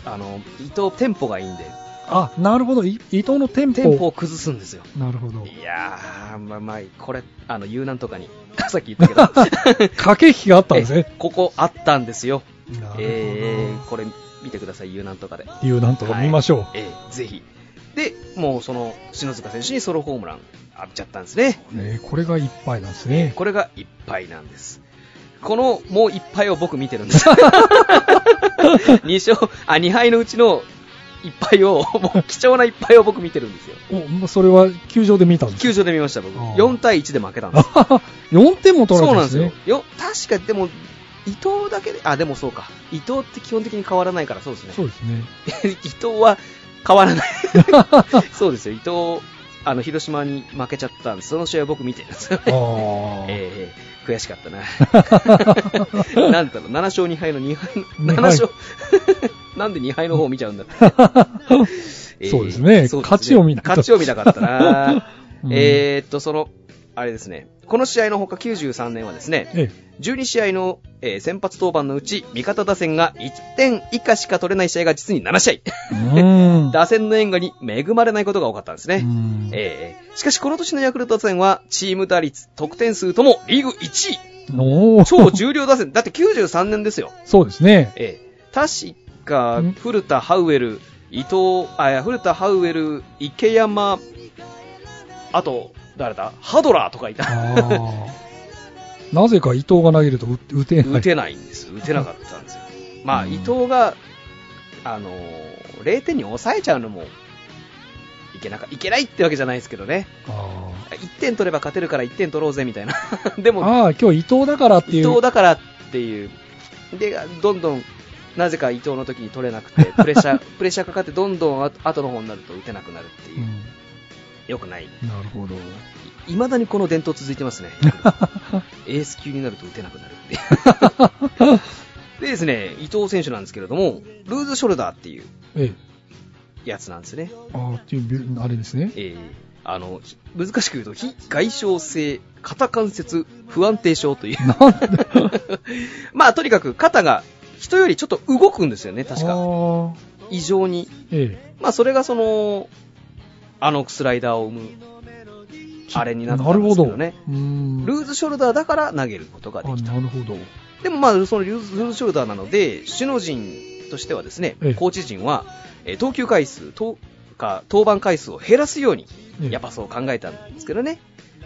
[SPEAKER 3] あの、伊藤テンポがいいんで、
[SPEAKER 2] あ、なるほど。い伊藤のテンポ。
[SPEAKER 3] テンポを崩すんですよ。
[SPEAKER 2] なるほど。
[SPEAKER 3] いやー、まあまあ、これ、あの、遊南とかに、さっき言ったけど、
[SPEAKER 2] 駆け引きがあったんですね
[SPEAKER 3] え。ここあったんですよ。
[SPEAKER 2] なるほど。
[SPEAKER 3] えー、これ見てください、遊南とかで。
[SPEAKER 2] 理由なんとか見ましょう。
[SPEAKER 3] えー、ぜひ。で、もうその、篠塚選手にソロホームラン浴びちゃったんですね。
[SPEAKER 2] えーこれが一杯なんですね。
[SPEAKER 3] これがいっぱいなんです。このもういっぱいを僕見てるんです。2勝、あ、2敗のうちのいっぱいを、もう貴重ないっぱいを僕見てるんですよ。
[SPEAKER 2] お、まあそれは球場で見たんです
[SPEAKER 3] 球場で見ました、僕。
[SPEAKER 2] あー
[SPEAKER 3] 4対1で負けたんです。
[SPEAKER 2] か ?4 点も取ら
[SPEAKER 3] そう
[SPEAKER 2] れたんで
[SPEAKER 3] なんで
[SPEAKER 2] すすね
[SPEAKER 3] よ。。よ、確かでも、伊藤だけで、あ、でもそうか。伊藤って基本的に変わらないから、そうですね。
[SPEAKER 2] そうですね。
[SPEAKER 3] 伊藤は変わら ない。そうですよ、伊藤、あの、広島に負けちゃったんで、その試合を僕見てるんです よね。
[SPEAKER 2] あ あ。
[SPEAKER 3] ええ悔しかった な。なんだろう、7勝2敗の2敗、
[SPEAKER 2] 二敗
[SPEAKER 3] 7勝、 なんで2敗の方を見ちゃうんだ
[SPEAKER 2] そうですね勝ちを見なかった
[SPEAKER 3] 勝ちを見なかったな
[SPEAKER 2] 。うん
[SPEAKER 3] えーっと、その、あれですね、この試合のほか93年はですね、
[SPEAKER 2] え
[SPEAKER 3] 12試合の、えー先発登板のうち、味方打線が1点以下しか取れない試合が実に7試
[SPEAKER 2] え。うーん。
[SPEAKER 3] 合。打線の援護に恵まれないことが多かったんです
[SPEAKER 2] う
[SPEAKER 3] ね。
[SPEAKER 2] ん
[SPEAKER 3] えーしかしこの年のヤクルト打線は、チーム打率、得点数ともリーグ1位。
[SPEAKER 2] おー
[SPEAKER 3] 超重量打線。だって93年ですよ。
[SPEAKER 2] そうですね。
[SPEAKER 3] えー確か
[SPEAKER 2] ん、
[SPEAKER 3] 古田ハウエル、伊藤、あ、いや古田ハウエル、池山、あと、誰だハドラーとかいた。
[SPEAKER 2] ああ。なぜか伊藤が投げると打打てな
[SPEAKER 3] 打
[SPEAKER 2] い。
[SPEAKER 3] てないんです。打てなかったんですよ。まあ、
[SPEAKER 2] うん
[SPEAKER 3] 伊藤が、あのー0点に抑えちゃうのも、いけなか、いけないってわけじゃないですけどね。
[SPEAKER 2] あ
[SPEAKER 3] 1点取れば勝てるから1点取ろうぜみたいな。 で
[SPEAKER 2] ー
[SPEAKER 3] も、
[SPEAKER 2] あー、今日伊藤だからってい
[SPEAKER 3] 伊
[SPEAKER 2] う。
[SPEAKER 3] 藤だからっていう。で、どんどん、なぜか伊藤の時に取れなく て、プレッシャー、プレッシャーかかってどんどんあ後の方になると打てなくなるっていうう。
[SPEAKER 2] ん
[SPEAKER 3] 良くない。
[SPEAKER 2] なるほど。
[SPEAKER 3] いまだにこの伝統続い てますね。エース級になると打てなくなるっていう。 でですね、伊藤選手なんですけれども、ルーズショルダーっていう
[SPEAKER 2] ええ。
[SPEAKER 3] やつなんですね。
[SPEAKER 2] あーっていうび、あれですね。
[SPEAKER 3] えーあの、ひ難しく言うと、非外傷性肩関節不安定症という。 まあ、とにかく肩が人よりちょっと動くんですよね、確
[SPEAKER 2] あ
[SPEAKER 3] か。
[SPEAKER 2] ー
[SPEAKER 3] 異常に。
[SPEAKER 2] え
[SPEAKER 3] まあ、それがその、あのスライダーを生む、あれに
[SPEAKER 2] え。
[SPEAKER 3] な
[SPEAKER 2] な
[SPEAKER 3] った
[SPEAKER 2] る
[SPEAKER 3] んで
[SPEAKER 2] ほ
[SPEAKER 3] す
[SPEAKER 2] ど。
[SPEAKER 3] け
[SPEAKER 2] う
[SPEAKER 3] どね。
[SPEAKER 2] ーん。
[SPEAKER 3] ルーズショルダーだから投げることが
[SPEAKER 2] あ
[SPEAKER 3] できた。
[SPEAKER 2] なるほど。
[SPEAKER 3] でもまあ、そのルーズルーズショルダーなので、首脳陣としてはですね
[SPEAKER 2] ええ、
[SPEAKER 3] コーチ陣は、えー投球回数とか、登板回数を減らすように、
[SPEAKER 2] ええ
[SPEAKER 3] やっぱそう考えたんですけどね。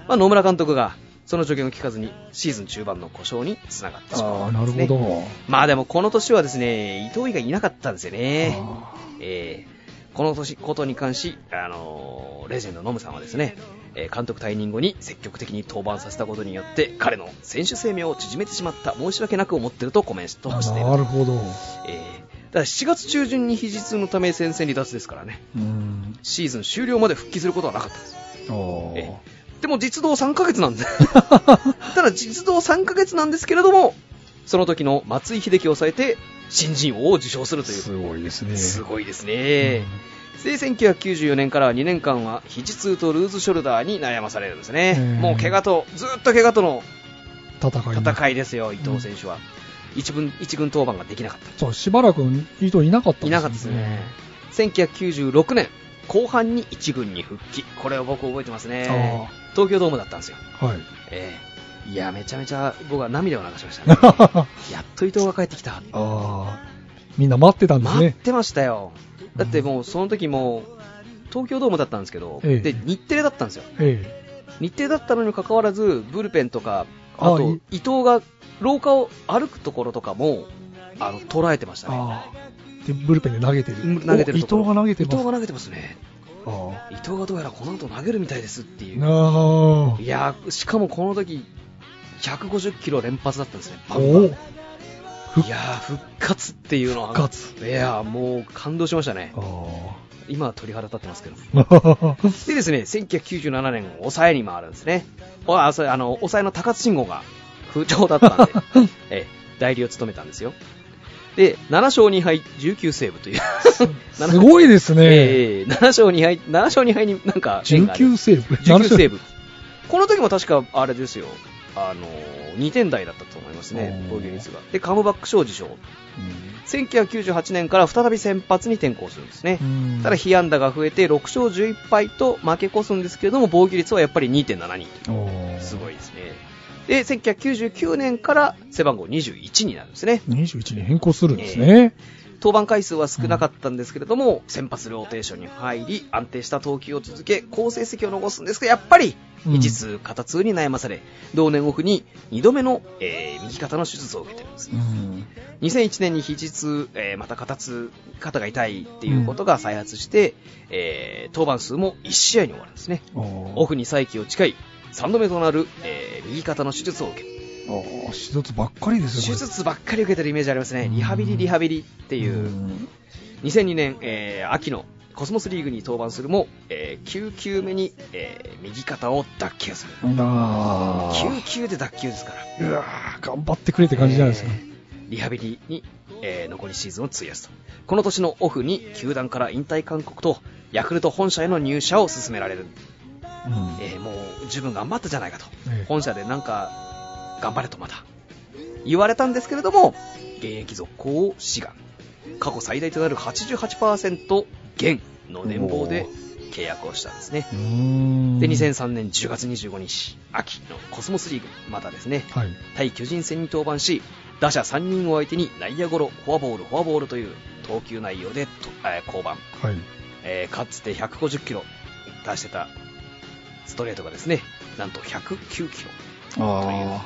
[SPEAKER 3] まあ、野村監督が、その助言を聞かずに、シーズン中盤の故障につながってしま
[SPEAKER 2] あ
[SPEAKER 3] う
[SPEAKER 2] あ、
[SPEAKER 3] ん
[SPEAKER 2] な
[SPEAKER 3] で
[SPEAKER 2] る
[SPEAKER 3] す
[SPEAKER 2] ほ
[SPEAKER 3] ね。
[SPEAKER 2] ど。
[SPEAKER 3] まあでもこの年はですね、伊藤以外いなかったんですよね。
[SPEAKER 2] あ
[SPEAKER 3] えーこの年ことに関し、あのーレジェンドノムさんはですね、えー監督退任後に積極的に登板させたことによって彼の選手生命を縮めてしまった申し訳なく思ってるとコメントをしてい
[SPEAKER 2] ー
[SPEAKER 3] る、
[SPEAKER 2] なるほど。
[SPEAKER 3] えーただ7月中旬に肘痛のため戦線離脱ですからね
[SPEAKER 2] うん。
[SPEAKER 3] シーズン終了まで復帰することはなかったんです
[SPEAKER 2] あー
[SPEAKER 3] えでも実動3ヶ月なんですただ実動3ヶ月なんですけれどもその時の松井秀喜を抑えて新人王を受賞するという
[SPEAKER 2] すごいですね。
[SPEAKER 3] すごいですね、で1994年からは2年間は肘痛とルーズショルダーに悩まされるんですね、
[SPEAKER 2] うん
[SPEAKER 3] もう怪我とずっと怪我との
[SPEAKER 2] うん戦いに。
[SPEAKER 3] 戦いですよ、伊藤選手は、一軍一軍登板ができなかっ
[SPEAKER 2] そう、しばらく伊藤いなかった
[SPEAKER 3] た、いなかったですね、1996年後半に一軍に復帰、これを僕、覚えてますね、東京ドームだったんですよ、
[SPEAKER 2] あーはい。
[SPEAKER 3] ええいや、めちゃめちゃ僕は涙を流しましたね、
[SPEAKER 2] あ
[SPEAKER 3] やっと伊藤が帰ってきた、
[SPEAKER 2] あー、みんな待ってたんです
[SPEAKER 3] 待っ
[SPEAKER 2] ね。
[SPEAKER 3] てましたよ、だってもうその時もう東京ドームだったんですけど、
[SPEAKER 2] ええ
[SPEAKER 3] で日テレだったんですよ。
[SPEAKER 2] え
[SPEAKER 3] 日程だったのに関わらず、ブルペンとか、
[SPEAKER 2] あ
[SPEAKER 3] あと
[SPEAKER 2] い
[SPEAKER 3] 伊藤が廊下を歩くところとかも、あの捉えてまし
[SPEAKER 2] え。
[SPEAKER 3] たね。
[SPEAKER 2] ああ。で、ブルペンで投げてる。
[SPEAKER 3] うん投げて
[SPEAKER 2] お
[SPEAKER 3] る
[SPEAKER 2] 伊藤
[SPEAKER 3] ところ
[SPEAKER 2] が投げて
[SPEAKER 3] 伊
[SPEAKER 2] ます
[SPEAKER 3] 藤。が投げてますね。
[SPEAKER 2] あ
[SPEAKER 3] 伊藤がどうやらこの後投げるみたいですってい
[SPEAKER 2] ー
[SPEAKER 3] う。
[SPEAKER 2] あー。
[SPEAKER 3] いやー、しかもこの時、150キロ連発だったんですね。バンバン
[SPEAKER 2] お
[SPEAKER 3] いやー、復活っていうのは。
[SPEAKER 2] 復活
[SPEAKER 3] いやー、もう感動しましたね。
[SPEAKER 2] お。
[SPEAKER 3] 今は鳥肌立ってますけど。
[SPEAKER 2] あ ー
[SPEAKER 3] でですね、1997年、抑えに回るんですね。おあそうあの抑えの高津信号が不調だったんで、 ええ代理を務めたんですよ。で、7勝2敗、19セーブ という。
[SPEAKER 2] すごいですね。
[SPEAKER 3] ええ7勝2敗、7勝2敗になんか縁がある、
[SPEAKER 2] 19セーブ。
[SPEAKER 3] 19セー
[SPEAKER 2] ブ。
[SPEAKER 3] ブ。この時も確か、あれですよ。あの2点台だったと思いますね、
[SPEAKER 2] おー
[SPEAKER 3] 防御率が。で、カムバック賞受賞。1998年から再び先発に転向するんですね。
[SPEAKER 2] うん
[SPEAKER 3] ただ、被安打が増えて6勝11敗と負け越すんですけれども、防御率はやっぱり2.7人と
[SPEAKER 2] お
[SPEAKER 3] い
[SPEAKER 2] ー
[SPEAKER 3] う、すごいですね。で、1999年から背番号21になるんですね。
[SPEAKER 2] 21に変更するんですね。
[SPEAKER 3] 登板回数は少なかったんですけれども、先発ローテーションに入り、安定した投球を続け、好成績を残すんですが、やっぱり、
[SPEAKER 2] うん
[SPEAKER 3] 一痛、肩痛に悩まされ、同年オフに2度目の、えー右肩の手術を受けてるんですね。
[SPEAKER 2] うん
[SPEAKER 3] 2001年に肘痛、えーまた肩痛、肩が痛いっていうことが再発して、えー登板数も1試合に終わるんですね。
[SPEAKER 2] お
[SPEAKER 3] オ
[SPEAKER 2] ー
[SPEAKER 3] フに再起を誓い、3度目となる、えー右肩の手術を受ける。
[SPEAKER 2] おー手術ばっかりで
[SPEAKER 3] 手
[SPEAKER 2] すよこ
[SPEAKER 3] 術ばっかり受けてるイメージありますね。
[SPEAKER 2] うん
[SPEAKER 3] リハビリ、リハビリって
[SPEAKER 2] れ
[SPEAKER 3] いう。
[SPEAKER 2] ん
[SPEAKER 3] 2002年、えー秋のコスモスリーグに登板するも、えー9球目に、えー右肩を脱臼する。
[SPEAKER 2] あー
[SPEAKER 3] 9球で脱臼ですから。
[SPEAKER 2] うわー頑張ってくれって感じじゃないですか。
[SPEAKER 3] えーリハビリに、えー残りシーズンを費やすとこの年のオフに球団から引退勧告とヤクルト本社への入社を勧められる
[SPEAKER 2] うん
[SPEAKER 3] えーもう十分頑張ったじゃないかと、
[SPEAKER 2] ええ
[SPEAKER 3] 本社でなんか頑張れとまた言われたんですけれども現役続行を志願過去最大となる88%減の年俸で契約をしたんですね
[SPEAKER 2] うーん
[SPEAKER 3] で2003年10月25日秋のコスモスリーグまたですね
[SPEAKER 2] はい
[SPEAKER 3] 対巨人戦に登板し打者3人を相手に内野ゴロフォアボールフォアボールという投球内容でと、えー降板
[SPEAKER 2] はい
[SPEAKER 3] えーかつて150キロ出してたストレートがですねなんと109キロ
[SPEAKER 2] あ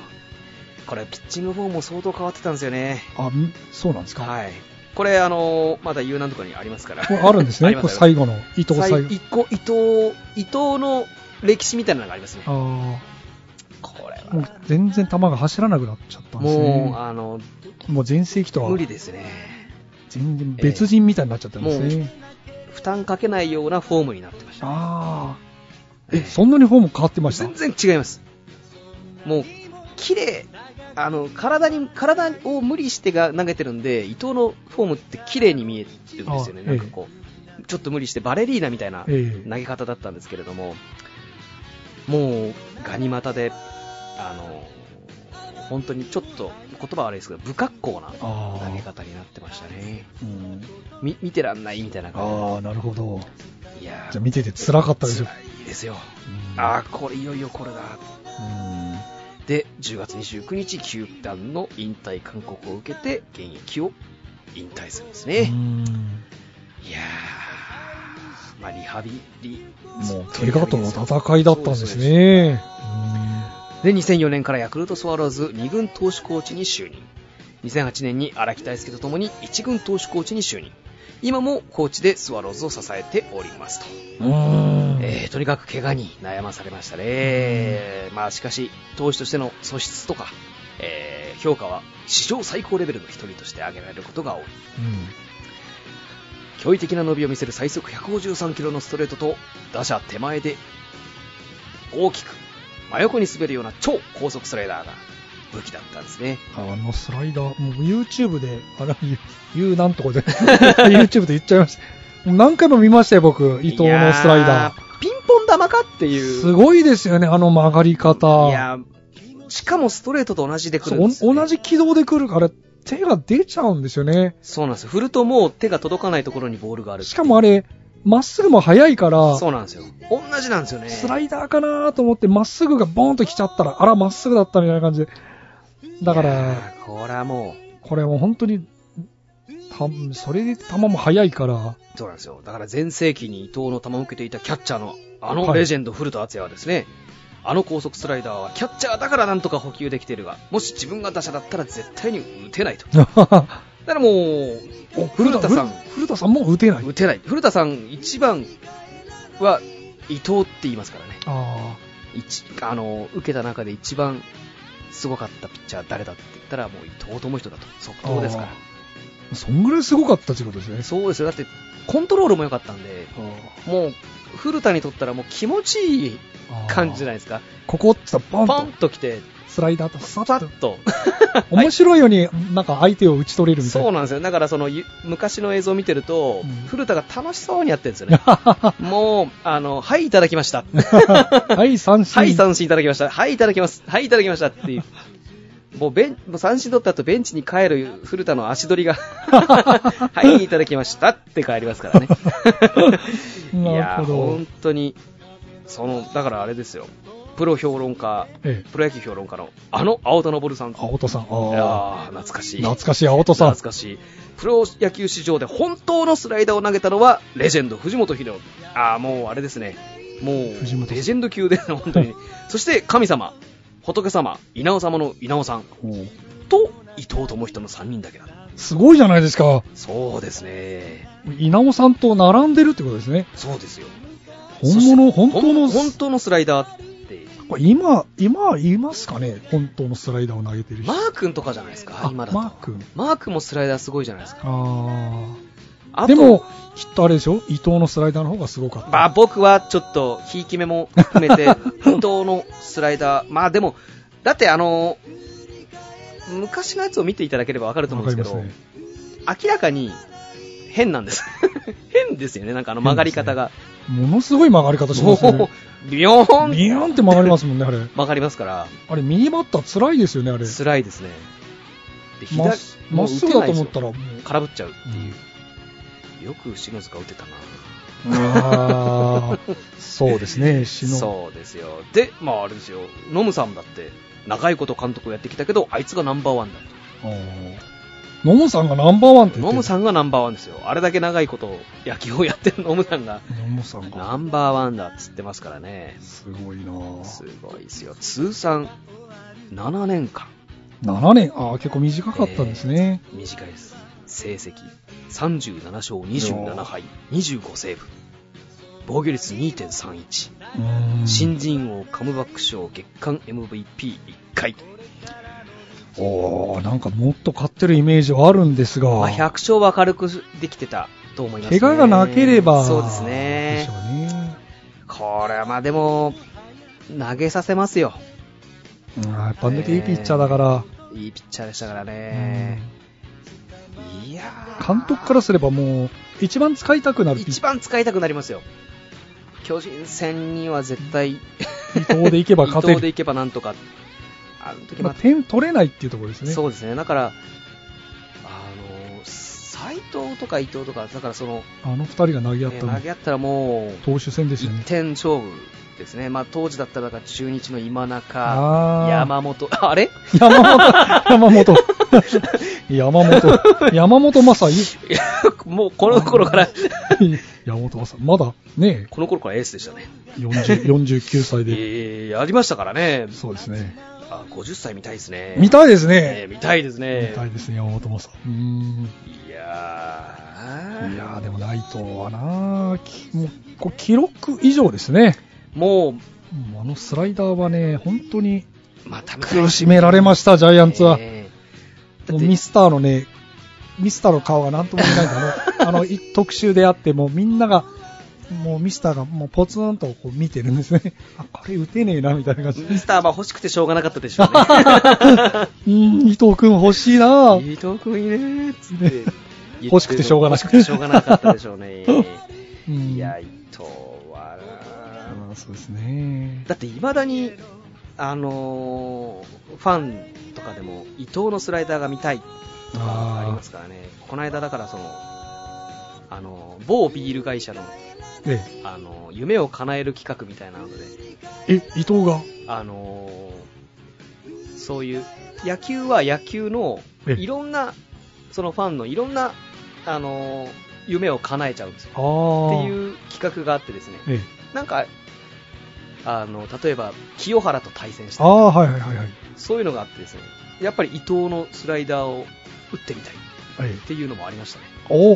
[SPEAKER 3] これピッチングフォームも相当変わってたんですよね
[SPEAKER 2] ーあんそうなんですか、
[SPEAKER 3] はいこれあのーまだ U なんとかにありますから
[SPEAKER 2] これあるんです
[SPEAKER 3] あ
[SPEAKER 2] ね
[SPEAKER 3] り
[SPEAKER 2] こ
[SPEAKER 3] ま
[SPEAKER 2] れ
[SPEAKER 3] すあり
[SPEAKER 2] 最後の伊藤
[SPEAKER 3] ます
[SPEAKER 2] 最
[SPEAKER 3] 最
[SPEAKER 2] 後
[SPEAKER 3] 一個伊藤伊藤の歴史みたいなのがありますね
[SPEAKER 2] あ
[SPEAKER 3] これ
[SPEAKER 2] あもう
[SPEAKER 3] は
[SPEAKER 2] 全然球が走らなくなっちゃったんです
[SPEAKER 3] も
[SPEAKER 2] ね
[SPEAKER 3] うあの
[SPEAKER 2] もう全盛期とは
[SPEAKER 3] 無理ですね
[SPEAKER 2] 全然別人みたいになっちゃったんです
[SPEAKER 3] ええ
[SPEAKER 2] ね、
[SPEAKER 3] 負担かけないようなフォームになってました
[SPEAKER 2] ああえそんなにフォーム変わってました
[SPEAKER 3] 全然違いますもう綺麗あの体に体を無理してが投げてるんで伊藤のフォームって綺麗に見えるんですよね
[SPEAKER 2] あ
[SPEAKER 3] なんかこうちょっと無理してバレリーナみたいな投
[SPEAKER 2] ええ
[SPEAKER 3] げ方だったんですけれどももうガニ股であの本当にちょっと言葉は悪いですけど不格好な
[SPEAKER 2] あー
[SPEAKER 3] 投げ方になってましたね
[SPEAKER 2] うん
[SPEAKER 3] み見てらんないみたいな感
[SPEAKER 2] ああなるほど
[SPEAKER 3] じいやー
[SPEAKER 2] じゃあ見てて辛かったですよ
[SPEAKER 3] 辛いですよ
[SPEAKER 2] うん
[SPEAKER 3] ああこれいよいよこれだ
[SPEAKER 2] うん
[SPEAKER 3] で10月29日球団の引退勧告を受けて現役を引退するんですね、
[SPEAKER 2] うん
[SPEAKER 3] いやー、まあ、リハビリ
[SPEAKER 2] もう怪我との戦いだったんですね
[SPEAKER 3] で2004年からヤクルトスワローズ2軍投手コーチに就任2008年に荒木大輔とともに1軍投手コーチに就任今もコーチでスワローズを支えておりますと、
[SPEAKER 2] うん
[SPEAKER 3] えーとにかく怪我に悩まされましたね、まあ、しかし投手としての素質とか、えー評価は史上最高レベルの一人として挙げられることが多い驚異的な伸びを見せる最速153キロのストレートと打者手前で大きく真横に滑るような超高速スライダーが武器だったんですね
[SPEAKER 2] うんあのスライダー、もう YouTube で、あら、言う言うなんとか で、YouTube で言っちゃいました。もう何回も見ましたよ、僕、伊藤
[SPEAKER 3] いや
[SPEAKER 2] の
[SPEAKER 3] ー
[SPEAKER 2] スライダー。
[SPEAKER 3] ピンポン玉かっていう
[SPEAKER 2] すごいですよね、あの曲がり方。
[SPEAKER 3] いやーしかもストレートと同じで来
[SPEAKER 2] そ
[SPEAKER 3] るん
[SPEAKER 2] う
[SPEAKER 3] ですよ、ね、
[SPEAKER 2] 同じ軌道で来るから、手が出ちゃうんですよね。
[SPEAKER 3] そうなんですよ振るともう手が届かないところにボールがある
[SPEAKER 2] しかもあれ、まっすぐも速いから、
[SPEAKER 3] そうなんですよ同じなんですよね
[SPEAKER 2] スライダーかなと思って、まっすぐがボーンと来ちゃったら、あら、まっすぐだったみたいな感じで。だか
[SPEAKER 3] い
[SPEAKER 2] ら、
[SPEAKER 3] やーこれはも
[SPEAKER 2] これもう本当に、たそれで球も速い から、
[SPEAKER 3] うそうなんですよだから全盛期に伊藤の球を受けていたキャッチャーのあ
[SPEAKER 2] は
[SPEAKER 3] の
[SPEAKER 2] い
[SPEAKER 3] レジェンド古田敦也はですね、あの高速スライダーはキャッチャーだからなんとか補給できているがもし自分が打者だったら絶対に打てないとだからもう
[SPEAKER 2] お
[SPEAKER 3] 古田さん
[SPEAKER 2] 古古田さんも打てない。
[SPEAKER 3] 打てない古田さん1番は伊藤って言いますからね
[SPEAKER 2] あ
[SPEAKER 3] 一あの受けた中で一番すごかったピッチャー誰だって言ったらもう伊藤智人だと即答ですか
[SPEAKER 2] あ、そんぐらいすごかったってことですね
[SPEAKER 3] ら。そうですよだってコントロールも良かったんでもう古田にとったらもう気持ちいい
[SPEAKER 2] あー
[SPEAKER 3] 感じじゃないですか
[SPEAKER 2] ここって言ったら
[SPEAKER 3] ポ
[SPEAKER 2] バン
[SPEAKER 3] ン
[SPEAKER 2] と
[SPEAKER 3] と来て
[SPEAKER 2] スライダーと
[SPEAKER 3] ス
[SPEAKER 2] さ
[SPEAKER 3] パ
[SPEAKER 2] っと
[SPEAKER 3] ッと
[SPEAKER 2] 面白いようになんか相手を打ち取れるみたい
[SPEAKER 3] そう
[SPEAKER 2] な。
[SPEAKER 3] なんですよだからそのゆ昔の映像を見てると、
[SPEAKER 2] うん
[SPEAKER 3] 古田が楽しそうにやってるんですよ ねもうあのはいいただきました
[SPEAKER 2] はい、三振。
[SPEAKER 3] はい三振いただきましたはいいただきますはいいただきましたっていうもうベンもう三振取った後ベンチに帰る古田の足 取りがはいいただきましたって帰りますから ねい
[SPEAKER 2] な
[SPEAKER 3] や
[SPEAKER 2] るほ
[SPEAKER 3] ー
[SPEAKER 2] ど
[SPEAKER 3] 本。当にそのだからあれですよプロ評論家
[SPEAKER 2] ええ、
[SPEAKER 3] プロ野球評論家のあの青田昇さん
[SPEAKER 2] 青戸さん。あ
[SPEAKER 3] い
[SPEAKER 2] ー
[SPEAKER 3] やー懐かしい
[SPEAKER 2] 懐かしい青戸さん。
[SPEAKER 3] 懐かしいプロ野球史上で本当のスライダーを投げたのはレジェンド藤本秀夫ああもうあれですねもう
[SPEAKER 2] 藤本さん
[SPEAKER 3] レジェンド級ですね本 当にそして神様仏様稲尾様の稲尾さん
[SPEAKER 2] うん
[SPEAKER 3] と伊藤智人の3人だけだ
[SPEAKER 2] すごいじゃないですか。
[SPEAKER 3] そうですね
[SPEAKER 2] 稲尾さんと並んでるってことですね。
[SPEAKER 3] そうですよ
[SPEAKER 2] 本物、本当
[SPEAKER 3] ほ
[SPEAKER 2] の
[SPEAKER 3] ん、本当のスライダーって
[SPEAKER 2] これ今、今いますかね本当のスライダーを投げてる人。
[SPEAKER 3] マー君とかじゃないですか
[SPEAKER 2] あ
[SPEAKER 3] 今だと
[SPEAKER 2] マー君
[SPEAKER 3] マー君もスライダーすごいじゃないですか
[SPEAKER 2] あ
[SPEAKER 3] あ
[SPEAKER 2] あ。
[SPEAKER 3] と
[SPEAKER 2] でも、きっとあれでしょ伊藤のスライダーの方がすごかった。
[SPEAKER 3] まあ僕はちょっと、ひいき目も含 めて、本当のスライダー。まあでも、だってあの、昔のやつを見ていただければわかると思うんですけど、
[SPEAKER 2] わかりますね
[SPEAKER 3] 明らかに変なんです。変ですよね、なんかあの曲がり方が。
[SPEAKER 2] ものすごい曲がり方しますよね。
[SPEAKER 3] う、ビヨーン
[SPEAKER 2] ビヨーンって曲がりますもんね、あれ。
[SPEAKER 3] 曲がりますから、
[SPEAKER 2] あれ、右バッター辛いですよね、あれ。
[SPEAKER 3] 辛いですね。で
[SPEAKER 2] まっすまっすぐだと思ったら、もう。
[SPEAKER 3] 空振っちゃうっていう
[SPEAKER 2] う。
[SPEAKER 3] よく篠塚打てたな。
[SPEAKER 2] あーそうです ね、しの。
[SPEAKER 3] そうですよ。で、まああれですよ、ノムさんだって、長いこと監督をやってきたけど、あいつがナンバーワンだ
[SPEAKER 2] あーノムさんがナンバーワンって
[SPEAKER 3] と。
[SPEAKER 2] 言っ
[SPEAKER 3] ノ
[SPEAKER 2] て
[SPEAKER 3] ム
[SPEAKER 2] る
[SPEAKER 3] さんがナンバーワンですよ。あれだけ長いこと野球をやってるノムさんが、
[SPEAKER 2] ノムさんが。
[SPEAKER 3] ナンバーワンだっつってますからね。
[SPEAKER 2] すごいなぁ
[SPEAKER 3] すごいですよ。通算7年間。
[SPEAKER 2] 7年、ああ、結構短かったんですね。
[SPEAKER 3] えー短いです。成績37勝27敗25セーブ。防御率2.31。
[SPEAKER 2] うーん
[SPEAKER 3] 新人王カムバック賞月間 MVP1 回。
[SPEAKER 2] おーなんかもっと勝ってるイメージはあるんですが、
[SPEAKER 3] まあ、100勝は軽くできてたと思います、ね、
[SPEAKER 2] 怪我がなければ、
[SPEAKER 3] そうです
[SPEAKER 2] でし
[SPEAKER 3] ね
[SPEAKER 2] ょうね。
[SPEAKER 3] これはまあでも投げさせますよ
[SPEAKER 2] うんやっぱあんだけいいピッチャーだから、
[SPEAKER 3] いいピッチャーでしたからね、いやー
[SPEAKER 2] 監督からすればもう、一番使いたくなるピッ
[SPEAKER 3] 一
[SPEAKER 2] チ
[SPEAKER 3] 番使いたくなりますよ巨人戦には絶対伊
[SPEAKER 2] 伊藤でいけば 勝て
[SPEAKER 3] 藤
[SPEAKER 2] る。
[SPEAKER 3] でいけばなんとかあの時
[SPEAKER 2] まあ、
[SPEAKER 3] ま
[SPEAKER 2] 点取れないっていうところですね。
[SPEAKER 3] そうですねだからあの斎藤とか伊藤とかだからその、
[SPEAKER 2] あの二人が投げ合っ
[SPEAKER 3] ね
[SPEAKER 2] たの、
[SPEAKER 3] 投げ合ったらもう
[SPEAKER 2] 投手戦ですよ
[SPEAKER 3] 1
[SPEAKER 2] ね。
[SPEAKER 3] 点勝負ですね、まあ、当時だったらだから中日の今中、
[SPEAKER 2] あー
[SPEAKER 3] 山本、 あれ
[SPEAKER 2] 山 本、山本、山本正義、
[SPEAKER 3] いやもうこの 頃から、
[SPEAKER 2] 山本正、まだね、
[SPEAKER 3] この頃からエースでしたね、
[SPEAKER 2] 40 49歳で、
[SPEAKER 3] えー、やりましたからね、
[SPEAKER 2] そうですね。
[SPEAKER 3] あ50歳見たいですね、
[SPEAKER 2] 見たいです
[SPEAKER 3] えー
[SPEAKER 2] ね。
[SPEAKER 3] 見たいですね
[SPEAKER 2] 見、たいですね、山本正。うーん。
[SPEAKER 3] いやー
[SPEAKER 2] いやーでも内藤はなーきもうこう記録以上ですね。
[SPEAKER 3] もう、
[SPEAKER 2] もうあのスライダーはね、本当 に
[SPEAKER 3] また
[SPEAKER 2] 苦しめられました、ジャイアンツは。
[SPEAKER 3] えーだ
[SPEAKER 2] も
[SPEAKER 3] っ
[SPEAKER 2] う
[SPEAKER 3] て
[SPEAKER 2] ミスターのね、ミスターの顔がなんとも言えないんだね。あ の、い特集であって、もうみんなが、もうミスターがもうポツンとこう見てるんですね。あ、これ打てねえな、みたいな感じ。
[SPEAKER 3] ミスターは欲しくてしょうがなかったでしょう
[SPEAKER 2] うん、伊藤君欲しいな
[SPEAKER 3] ね、伊藤君いいねーっつって、
[SPEAKER 2] 欲しくてしょうがなく
[SPEAKER 3] 欲しくてしょうがなかったでしょう ね。
[SPEAKER 2] うん
[SPEAKER 3] いや、伊藤はな
[SPEAKER 2] あーそうですね。
[SPEAKER 3] だっていまだに、あのーファンとかでも伊藤のスライダーが見たいとかありますからね、この間だからその、あのー某ビール会社の、
[SPEAKER 2] え
[SPEAKER 3] あのー夢を叶える企画みたいなので、
[SPEAKER 2] え、え、伊藤が
[SPEAKER 3] あのーそういう野球は野球の
[SPEAKER 2] ええ
[SPEAKER 3] いろんな、そのファンのいろんな、あのー夢を叶えちゃうんですよ
[SPEAKER 2] ああ。
[SPEAKER 3] って
[SPEAKER 2] う。
[SPEAKER 3] いう企画があってですね、
[SPEAKER 2] ええ、
[SPEAKER 3] なんか、あの例えば清原と対戦した
[SPEAKER 2] ああー、はいはいはいはい。
[SPEAKER 3] そういうのがあってですね、やっぱり伊藤のスライダーを打ってみたいっ
[SPEAKER 2] ええ
[SPEAKER 3] ていうのもありましたね。
[SPEAKER 2] お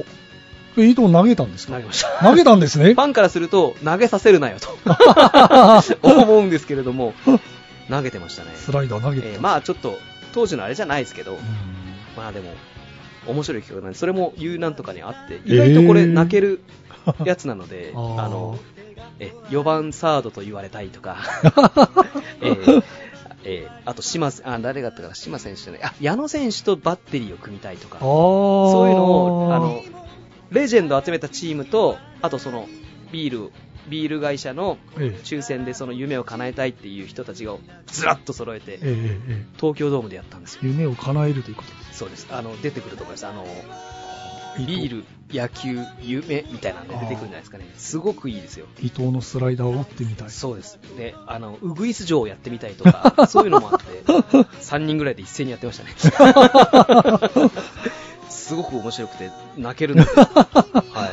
[SPEAKER 2] え、伊藤投げたんです
[SPEAKER 3] な
[SPEAKER 2] か
[SPEAKER 3] り ました。
[SPEAKER 2] 投げたんですね
[SPEAKER 3] フ。ァンからすると、投げさせるな よと思うんですけれども、投げてましたね。
[SPEAKER 2] スライダー投げて
[SPEAKER 3] えー
[SPEAKER 2] た。
[SPEAKER 3] まあちょっと、当時のあれじゃないですけど
[SPEAKER 2] う、
[SPEAKER 3] まあでも、面白い企画なんで、それも U なんとかにあって、意外とこれ泣ける
[SPEAKER 2] ん
[SPEAKER 3] やつなので、
[SPEAKER 2] あー
[SPEAKER 3] あの、え、4番サードと言われたいと か、えーえーあと島せ、あ、誰があったから、島選手じゃない、あ、矢野選手とバッテリーを組みたいとか
[SPEAKER 2] ああ。、そ
[SPEAKER 3] そういうのを、あの、レジェンドを集めたチームと、あとその、ビール、ビール会社の
[SPEAKER 2] ええ、
[SPEAKER 3] 抽選でその夢を叶えたいっていう人たちをずらっと揃え
[SPEAKER 2] ええええ、
[SPEAKER 3] て、
[SPEAKER 2] え
[SPEAKER 3] 東京ドームでやったんですよ
[SPEAKER 2] え。夢を叶えるということです。
[SPEAKER 3] そうです。あの、出てくると思います。あの、
[SPEAKER 2] 伊藤
[SPEAKER 3] ビール、野球、夢みたいなのが出てくるんじゃないですかね。すごくいいですよ。
[SPEAKER 2] 伊藤のスライダーを打ってみたい。
[SPEAKER 3] そうです。で、あの、ウグイス城をやってみたいと か、そういうのもあって、3人ぐらいで一斉にやってましたね。 すごく面白くて、泣けるので、は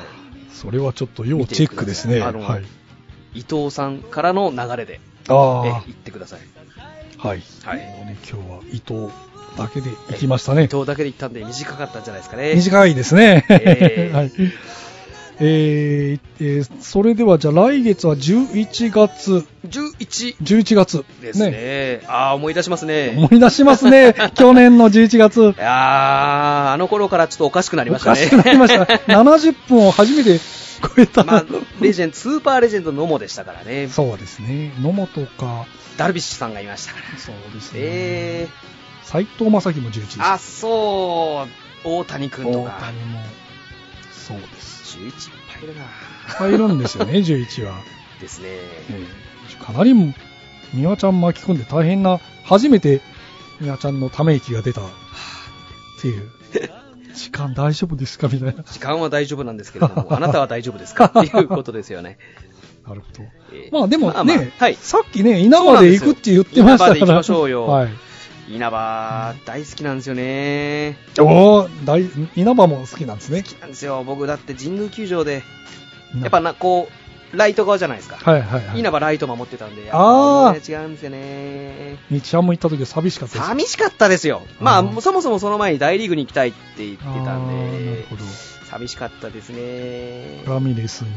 [SPEAKER 2] それはちょっと要チェックですね。
[SPEAKER 3] 見てくださ
[SPEAKER 2] はいい。
[SPEAKER 3] い、伊藤さんからの流れで、
[SPEAKER 2] ああ
[SPEAKER 3] え、行ってください。
[SPEAKER 2] はい。
[SPEAKER 3] はい
[SPEAKER 2] もうね、今日は伊藤だけで行きましたね
[SPEAKER 3] 伊。藤だけで行ったんで短かったんじゃないですかね。
[SPEAKER 2] 短いですね。
[SPEAKER 3] え え
[SPEAKER 2] はい。えーえーそれではじゃあ来月は11月、
[SPEAKER 3] 11
[SPEAKER 2] 11月。
[SPEAKER 3] ですね。ああ、思い出しますね
[SPEAKER 2] 思。い出します ね。去年の11月
[SPEAKER 3] い。やーあの頃からちょっとおかしくなり
[SPEAKER 2] お
[SPEAKER 3] ました
[SPEAKER 2] か
[SPEAKER 3] ね。
[SPEAKER 2] しくなりました。70分を 初めて超えた。
[SPEAKER 3] まあ、レジェンド、スーパーレジェンドのもでしたからね。
[SPEAKER 2] そうですね。野本か、
[SPEAKER 3] ダルビッシュさんがいましたから。
[SPEAKER 2] そうですね。
[SPEAKER 3] え
[SPEAKER 2] 斎藤正樹も11で
[SPEAKER 3] ー、
[SPEAKER 2] す。
[SPEAKER 3] あ、そう、大谷君と
[SPEAKER 2] 大
[SPEAKER 3] か、
[SPEAKER 2] 谷も、そうです。
[SPEAKER 3] 11いっぱいいるな。
[SPEAKER 2] いるんですよね、11は。
[SPEAKER 3] ですね。
[SPEAKER 2] かなりも、みわちゃん巻き込んで大変な、初めてみわちゃんのため息が出た、っていう。時間大丈夫ですかみたいな。
[SPEAKER 3] 時間は大丈夫なんですけれども、 あなたは大丈夫ですかっていうことですよね。
[SPEAKER 2] なるほど。
[SPEAKER 3] えー
[SPEAKER 2] まあでもね、
[SPEAKER 3] はい。
[SPEAKER 2] さっきね、稲葉で行くって言ってましたから。
[SPEAKER 3] 稲葉で行きましょうよ
[SPEAKER 2] はい。
[SPEAKER 3] 稲葉、大好きなんですよね。
[SPEAKER 2] おー大、稲葉も好きなんですね。
[SPEAKER 3] なんですよ。僕だって神宮球場で、や
[SPEAKER 2] や
[SPEAKER 3] っぱ、な、こう、ライト側じゃないですか。
[SPEAKER 2] はいはいはい。
[SPEAKER 3] 稲葉ライト守ってたんで、
[SPEAKER 2] あー
[SPEAKER 3] やっぱね違うんですよね。
[SPEAKER 2] 日ハム行った時は寂しかったです。
[SPEAKER 3] 寂しかったですよ。まあ、
[SPEAKER 2] うん
[SPEAKER 3] そもそもその前に大リーグに行きたいって言って
[SPEAKER 2] あ
[SPEAKER 3] たん
[SPEAKER 2] ーなる
[SPEAKER 3] で
[SPEAKER 2] ほ、ど。
[SPEAKER 3] 寂しかったですね。
[SPEAKER 2] ラミレスに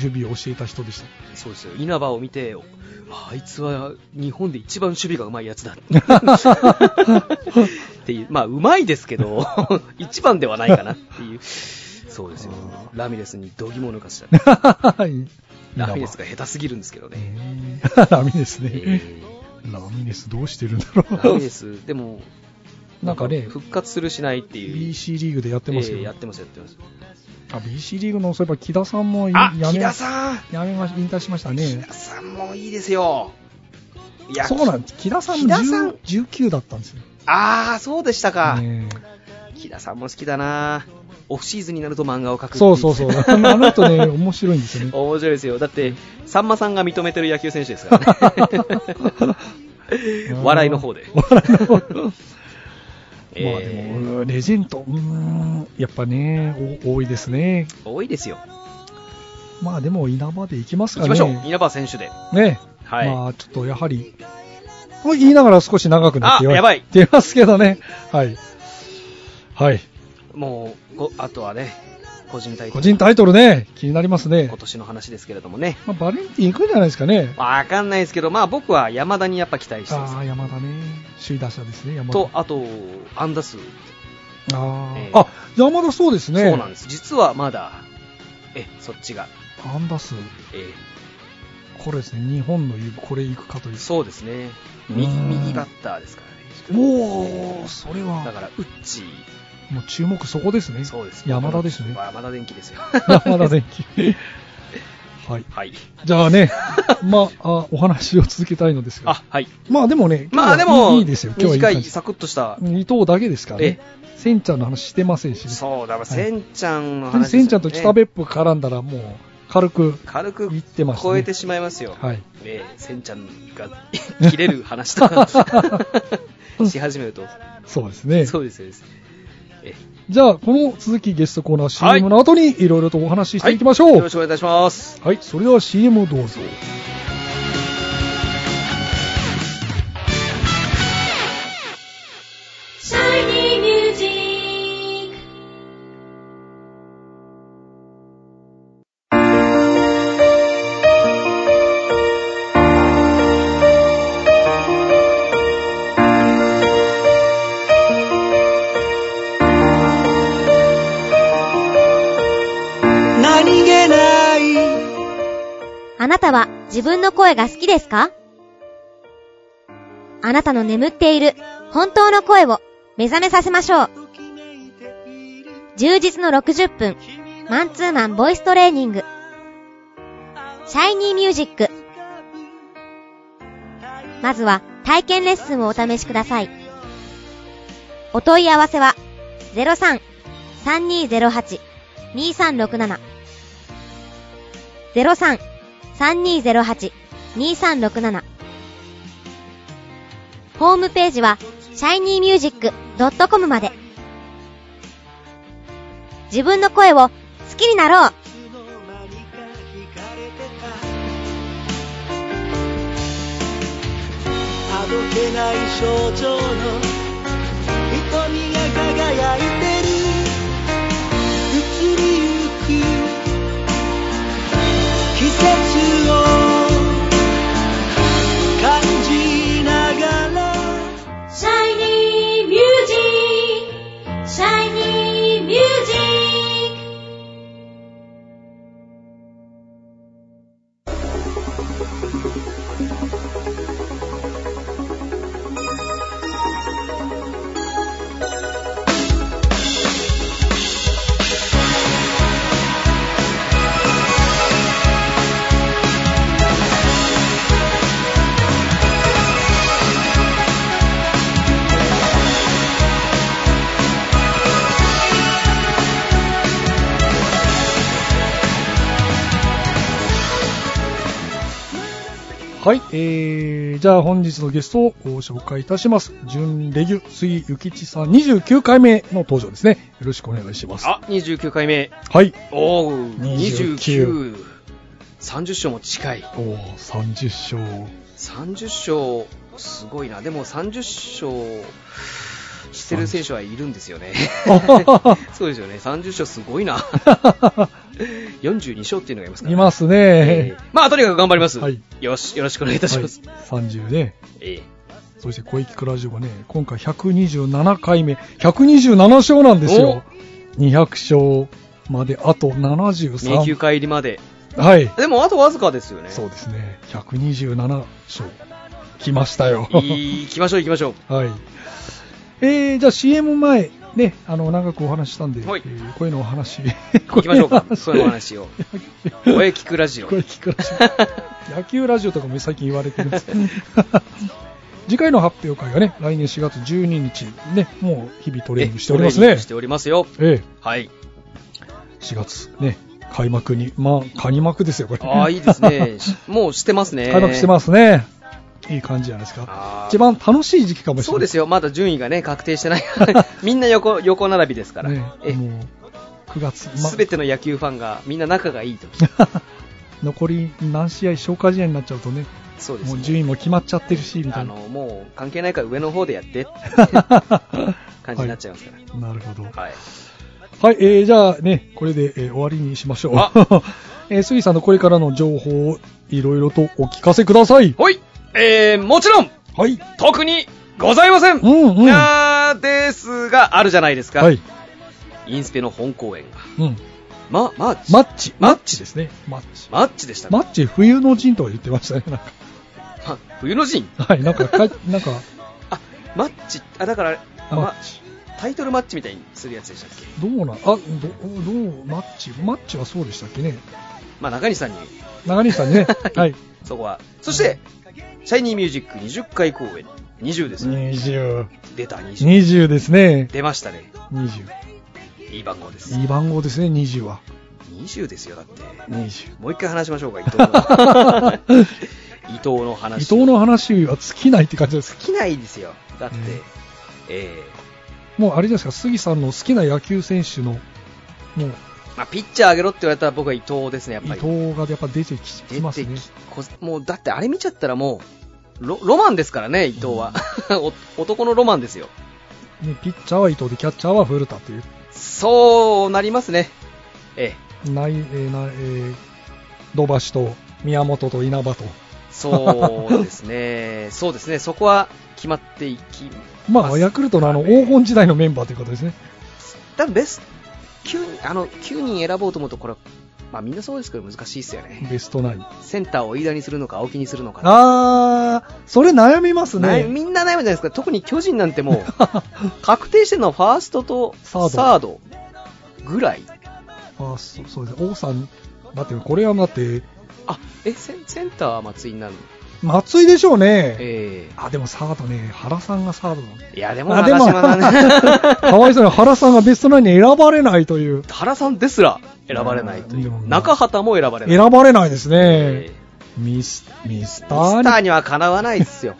[SPEAKER 2] 守備を教えた人でした。
[SPEAKER 3] そうですよ。稲葉を見て、ああいつは日本で一番守備がうまいやつだ。 っていう、まあ、うまいですけど、 一番ではないかなっていう。そうですよ
[SPEAKER 2] あ。
[SPEAKER 3] ラミレスに度肝を抜かした。
[SPEAKER 2] い
[SPEAKER 3] ラミ レスが下手すぎるんですけどね。
[SPEAKER 2] えー ラミレスね、
[SPEAKER 3] え
[SPEAKER 2] ラミレスどうしてるんだろ
[SPEAKER 3] ーラ
[SPEAKER 2] う
[SPEAKER 3] ミレス、でも、
[SPEAKER 2] なんかね
[SPEAKER 3] 復活するしないっていう。
[SPEAKER 2] BC リーグでやってますよ、
[SPEAKER 3] えーやってます、やってます。
[SPEAKER 2] あ BC リーグのそういえば木田さんもい
[SPEAKER 3] あ、
[SPEAKER 2] や
[SPEAKER 3] 木
[SPEAKER 2] め
[SPEAKER 3] 田
[SPEAKER 2] や
[SPEAKER 3] さん
[SPEAKER 2] めまし引退しました
[SPEAKER 3] 木
[SPEAKER 2] ね
[SPEAKER 3] 田さんもいいですよ。いや、
[SPEAKER 2] そうなんです木田さん
[SPEAKER 3] 木田さん
[SPEAKER 2] 10 19だったんですよ、
[SPEAKER 3] ああ、そうでしたか。
[SPEAKER 2] ね
[SPEAKER 3] 木田さんも好きだなオフシーズンになると漫画を描くってい
[SPEAKER 2] そうそうそうあのあの人ね面白いんですよね
[SPEAKER 3] 面白いですよだってさんまさんが認めてる野球選手ですから ね 笑いの方で
[SPEAKER 2] 笑いの方まあで
[SPEAKER 3] え
[SPEAKER 2] もレジェンドうーんやっぱねお多いですね
[SPEAKER 3] ー多いですよ
[SPEAKER 2] まあでも稲葉で行きます
[SPEAKER 3] 行
[SPEAKER 2] か
[SPEAKER 3] き
[SPEAKER 2] ね
[SPEAKER 3] ましょう稲葉選手で
[SPEAKER 2] ね
[SPEAKER 3] はい、
[SPEAKER 2] まあ、ちょっとやはり、と言いながら少し長くなって
[SPEAKER 3] あやばい
[SPEAKER 2] 言われてますけどね。はい。はい。
[SPEAKER 3] もうごあとはね個人大
[SPEAKER 2] 個人タイトルね、気になりますね
[SPEAKER 3] 今。年の話ですけれどもね
[SPEAKER 2] まあ、バレンティン行くんじゃないですかね。
[SPEAKER 3] わかんないですけどまあ僕は山田にやっぱ期待してます
[SPEAKER 2] ああ、山田ね。首位打者ですね、山田。
[SPEAKER 3] とあと安打数、
[SPEAKER 2] あー、
[SPEAKER 3] えー
[SPEAKER 2] あ、山田そうですね。
[SPEAKER 3] そうなん
[SPEAKER 2] で
[SPEAKER 3] です実はまだえそっちが、
[SPEAKER 2] す。安打数。
[SPEAKER 3] えー
[SPEAKER 2] これですね、日本の言う、これ行くかという。
[SPEAKER 3] そうですね右
[SPEAKER 2] うん
[SPEAKER 3] 右バッターですからね
[SPEAKER 2] おお、それ
[SPEAKER 3] だか
[SPEAKER 2] は、
[SPEAKER 3] らウッチ
[SPEAKER 2] もう注目そこですね。
[SPEAKER 3] ーそうです
[SPEAKER 2] 山田ですね
[SPEAKER 3] 山田電機ですよ
[SPEAKER 2] 山田電機。はい。
[SPEAKER 3] はい
[SPEAKER 2] じゃあね、 まあ、あお話を続けたいのですが。
[SPEAKER 3] あはい
[SPEAKER 2] まあでもね、
[SPEAKER 3] まあで
[SPEAKER 2] 今日はい
[SPEAKER 3] も
[SPEAKER 2] いいですよ、今日は
[SPEAKER 3] 短
[SPEAKER 2] いい感
[SPEAKER 3] い
[SPEAKER 2] じ
[SPEAKER 3] サクッとした
[SPEAKER 2] 伊藤だけですからね。センちゃんの話してませんしね。
[SPEAKER 3] そうだから
[SPEAKER 2] い
[SPEAKER 3] せんちゃんの話
[SPEAKER 2] で
[SPEAKER 3] ですよ
[SPEAKER 2] セ
[SPEAKER 3] ね
[SPEAKER 2] ンちゃんと北別府絡んだらもう、軽く、
[SPEAKER 3] 軽く
[SPEAKER 2] 言ってましたね
[SPEAKER 3] 超えてしまいますよ
[SPEAKER 2] はい。
[SPEAKER 3] ねせんちゃんが切れる話 とか し始めると
[SPEAKER 2] そうですね。
[SPEAKER 3] そうですそうですえ
[SPEAKER 2] じゃあ、この続きゲストコーナー
[SPEAKER 3] はい
[SPEAKER 2] CM の後にいろいろとお話ししていきましょう。
[SPEAKER 3] よ
[SPEAKER 2] は
[SPEAKER 3] ろ
[SPEAKER 2] い、
[SPEAKER 3] しくお願いいたします
[SPEAKER 2] それでは CM をどうぞ。
[SPEAKER 1] Shiny Music!
[SPEAKER 3] 何気ない
[SPEAKER 1] あなたは自分の声が好きですかあなたの眠っている本当の声を目覚めさせましょう。充実の60分、マンツーマンボイストレーニング。シャイニーミュージック。まずは体験レッスンをお試しください。お問い合わせは03-3208-2367 03-3208-2367 3208-2367ホームページは shinymusic.com まで自分の声を好きになろう
[SPEAKER 4] あどけない症状の瞳が輝いてる移りゆく季節を感じながら
[SPEAKER 1] Shiny Music! Shiny Music!
[SPEAKER 4] 「
[SPEAKER 2] はい、えー、じゃあ本日のゲストをご紹介いたします。準レギュ杉ゆきちさん29回目の登場ですね。よろしくお願いします。
[SPEAKER 3] あ、29回目。
[SPEAKER 2] はい。
[SPEAKER 3] おお、
[SPEAKER 2] 29
[SPEAKER 3] 29。30勝も近
[SPEAKER 2] お
[SPEAKER 3] い。
[SPEAKER 2] ー、30勝。
[SPEAKER 3] 30勝、すごいな。でも30勝してる選手はいるんですよね。そうですよね。30勝すごい な。42勝っていうのがいますから、
[SPEAKER 2] います
[SPEAKER 3] え
[SPEAKER 2] ね
[SPEAKER 3] ー。まあ、とにかく頑張ります。
[SPEAKER 2] はい
[SPEAKER 3] よし、よろしくお願いいたします。
[SPEAKER 2] はい、30ね。
[SPEAKER 3] え
[SPEAKER 2] そして小池クラジオがね、今回127回目、127勝なんですよ。200勝まであと
[SPEAKER 3] ー、迷宮
[SPEAKER 2] 73。
[SPEAKER 3] 会入りまで。
[SPEAKER 2] はい。
[SPEAKER 3] でも、あとわずかですよね。
[SPEAKER 2] そうですね。127勝。来ましたよ。
[SPEAKER 3] いい行きましょう、行きましょ う。
[SPEAKER 2] はい。えー、じゃあ CM 前、ね、あの、長くお話ししたんで、
[SPEAKER 3] はい
[SPEAKER 2] えー声のお話。
[SPEAKER 3] 行きましょうか。そういうお
[SPEAKER 2] お。
[SPEAKER 3] 話を。声聞くラジオ。
[SPEAKER 2] 声聞くラジオ。野球ラジオとかも最近言われてるんですけど。次回の発表会がね、来年4月12日、ね、もう日々トレーニングしております
[SPEAKER 3] えトレーニン
[SPEAKER 2] ね
[SPEAKER 3] グし。ておりますよ。
[SPEAKER 2] ええ、
[SPEAKER 3] はい。
[SPEAKER 2] 4月、ね、開幕に、まあ、開幕ですよ、これ。
[SPEAKER 3] ああ、いいですね。しもうしてます ね。
[SPEAKER 2] 開幕してますね。いい感じじゃないですか。
[SPEAKER 3] あー
[SPEAKER 2] 一番楽しい時期かもしれ
[SPEAKER 3] そう
[SPEAKER 2] な
[SPEAKER 3] で
[SPEAKER 2] い。
[SPEAKER 3] すよ。まだ順位がね、確定してない。 みんな横、横並びですから。え
[SPEAKER 2] ね、もう、9月、ます
[SPEAKER 3] べての野球ファンが、みんな仲がいいと。
[SPEAKER 2] 残り何試合消化試合になっちゃうとね、
[SPEAKER 3] そうです
[SPEAKER 2] もう
[SPEAKER 3] ね
[SPEAKER 2] 順位も決まっちゃってるし、みた
[SPEAKER 3] あ
[SPEAKER 2] いな。
[SPEAKER 3] の、もう関係ないから上の方でやって、 感じになっちゃいますから。
[SPEAKER 2] なるほど。
[SPEAKER 3] はい。
[SPEAKER 2] はい、えー、じゃあね、これで、えー終わりにしましょう
[SPEAKER 3] あ。
[SPEAKER 2] えー、杉さんのこれからの情報をいろいろとお聞かせください。
[SPEAKER 3] ほいえー、もちろん、
[SPEAKER 2] はい。
[SPEAKER 3] 特にございません
[SPEAKER 2] うんうん。は
[SPEAKER 3] なーですが、あるじゃないですか。
[SPEAKER 2] い。
[SPEAKER 3] インスペの本公演が。
[SPEAKER 2] うん。
[SPEAKER 3] ま、マッチ。
[SPEAKER 2] マッチ。
[SPEAKER 3] マッチ
[SPEAKER 2] ですね。マッチ。
[SPEAKER 3] マッチでしたか
[SPEAKER 2] マッチ冬の陣とは言ってましたね。なんか。
[SPEAKER 3] ま冬の陣
[SPEAKER 2] はい、なんか、かなんか、
[SPEAKER 3] あ、マッチ、あ、だから、
[SPEAKER 2] マ
[SPEAKER 3] ま
[SPEAKER 2] ッ、チ。
[SPEAKER 3] タイトルマッチみたいにするやつでしたっけ
[SPEAKER 2] どうなん、あ、ど、どう、マッチ、マッチはそうでしたっけね。
[SPEAKER 3] まあ、中西さんに、。
[SPEAKER 2] 長西さんねはい。
[SPEAKER 3] そこは。そして、シャイニーミュージック20回公演。20ですね。
[SPEAKER 2] 20。
[SPEAKER 3] 出た20。
[SPEAKER 2] 20ですね。
[SPEAKER 3] 出ましたね。
[SPEAKER 2] 20。
[SPEAKER 3] いい番号です
[SPEAKER 2] い。い番号ですね、20は。
[SPEAKER 3] 20ですよ、だって。
[SPEAKER 2] 20。
[SPEAKER 3] もう一回話しましょうか、伊 藤の。伊藤の
[SPEAKER 2] 伊
[SPEAKER 3] 話。
[SPEAKER 2] 藤の話は尽きないって感じです。
[SPEAKER 3] 好きないですよ。だって、
[SPEAKER 2] うん
[SPEAKER 3] え
[SPEAKER 2] もうあれじゃないですか、杉さんの好きな野球選手の、もう、
[SPEAKER 3] ーまあ、ピッチャーあげろって言われたら僕は伊藤ですね、やっ
[SPEAKER 2] 伊
[SPEAKER 3] ぱり。
[SPEAKER 2] 藤がやっぱ出てき
[SPEAKER 3] 出てき
[SPEAKER 2] ますね。
[SPEAKER 3] こもうだってあれ見ちゃったらもうロロマンですからね伊藤は、 お男のロマンですよ
[SPEAKER 2] ねピッチャーは伊藤で、キャッチャーは古田という。
[SPEAKER 3] そうなりますねええ
[SPEAKER 2] ない、えーなえー、土橋と宮本と稲葉と。
[SPEAKER 3] そうです ねそうですねそこは決まっていき
[SPEAKER 2] まあ、ヤクルトのあの黄金時代のメンバーということですね。
[SPEAKER 3] 多分ベスト 9, あの9人選ぼうと思うとこれまあみんなそうですけど難しいですよね
[SPEAKER 2] ベストナイン。
[SPEAKER 3] センターを飯田にするのか青木にするのか
[SPEAKER 2] あー、それ悩みます
[SPEAKER 3] な い
[SPEAKER 2] ね。
[SPEAKER 3] みんな悩むじゃないですか特に巨人なんて もう確定してるのはファーストと
[SPEAKER 2] サード
[SPEAKER 3] サードぐらい
[SPEAKER 2] あそうそうですね。王さん、だってこれはだって、
[SPEAKER 3] あえセンセンターは松井になるの
[SPEAKER 2] 松井でしょうね。
[SPEAKER 3] え
[SPEAKER 2] あ、でもサードね、原さんがサードなんで。
[SPEAKER 3] えいやでも
[SPEAKER 2] あで
[SPEAKER 3] 長
[SPEAKER 2] も
[SPEAKER 3] 島だ ね
[SPEAKER 2] かわいそうに原さんがベストナインに選ばれないという。
[SPEAKER 3] 原さんですら選ばれないとい
[SPEAKER 2] でも
[SPEAKER 3] う中畑も選ばれない
[SPEAKER 2] 選ばれないです
[SPEAKER 3] え
[SPEAKER 2] ね。
[SPEAKER 3] え
[SPEAKER 2] ミス、ミスタ
[SPEAKER 3] ミスタ
[SPEAKER 2] ー
[SPEAKER 3] ーにはかなわないですよ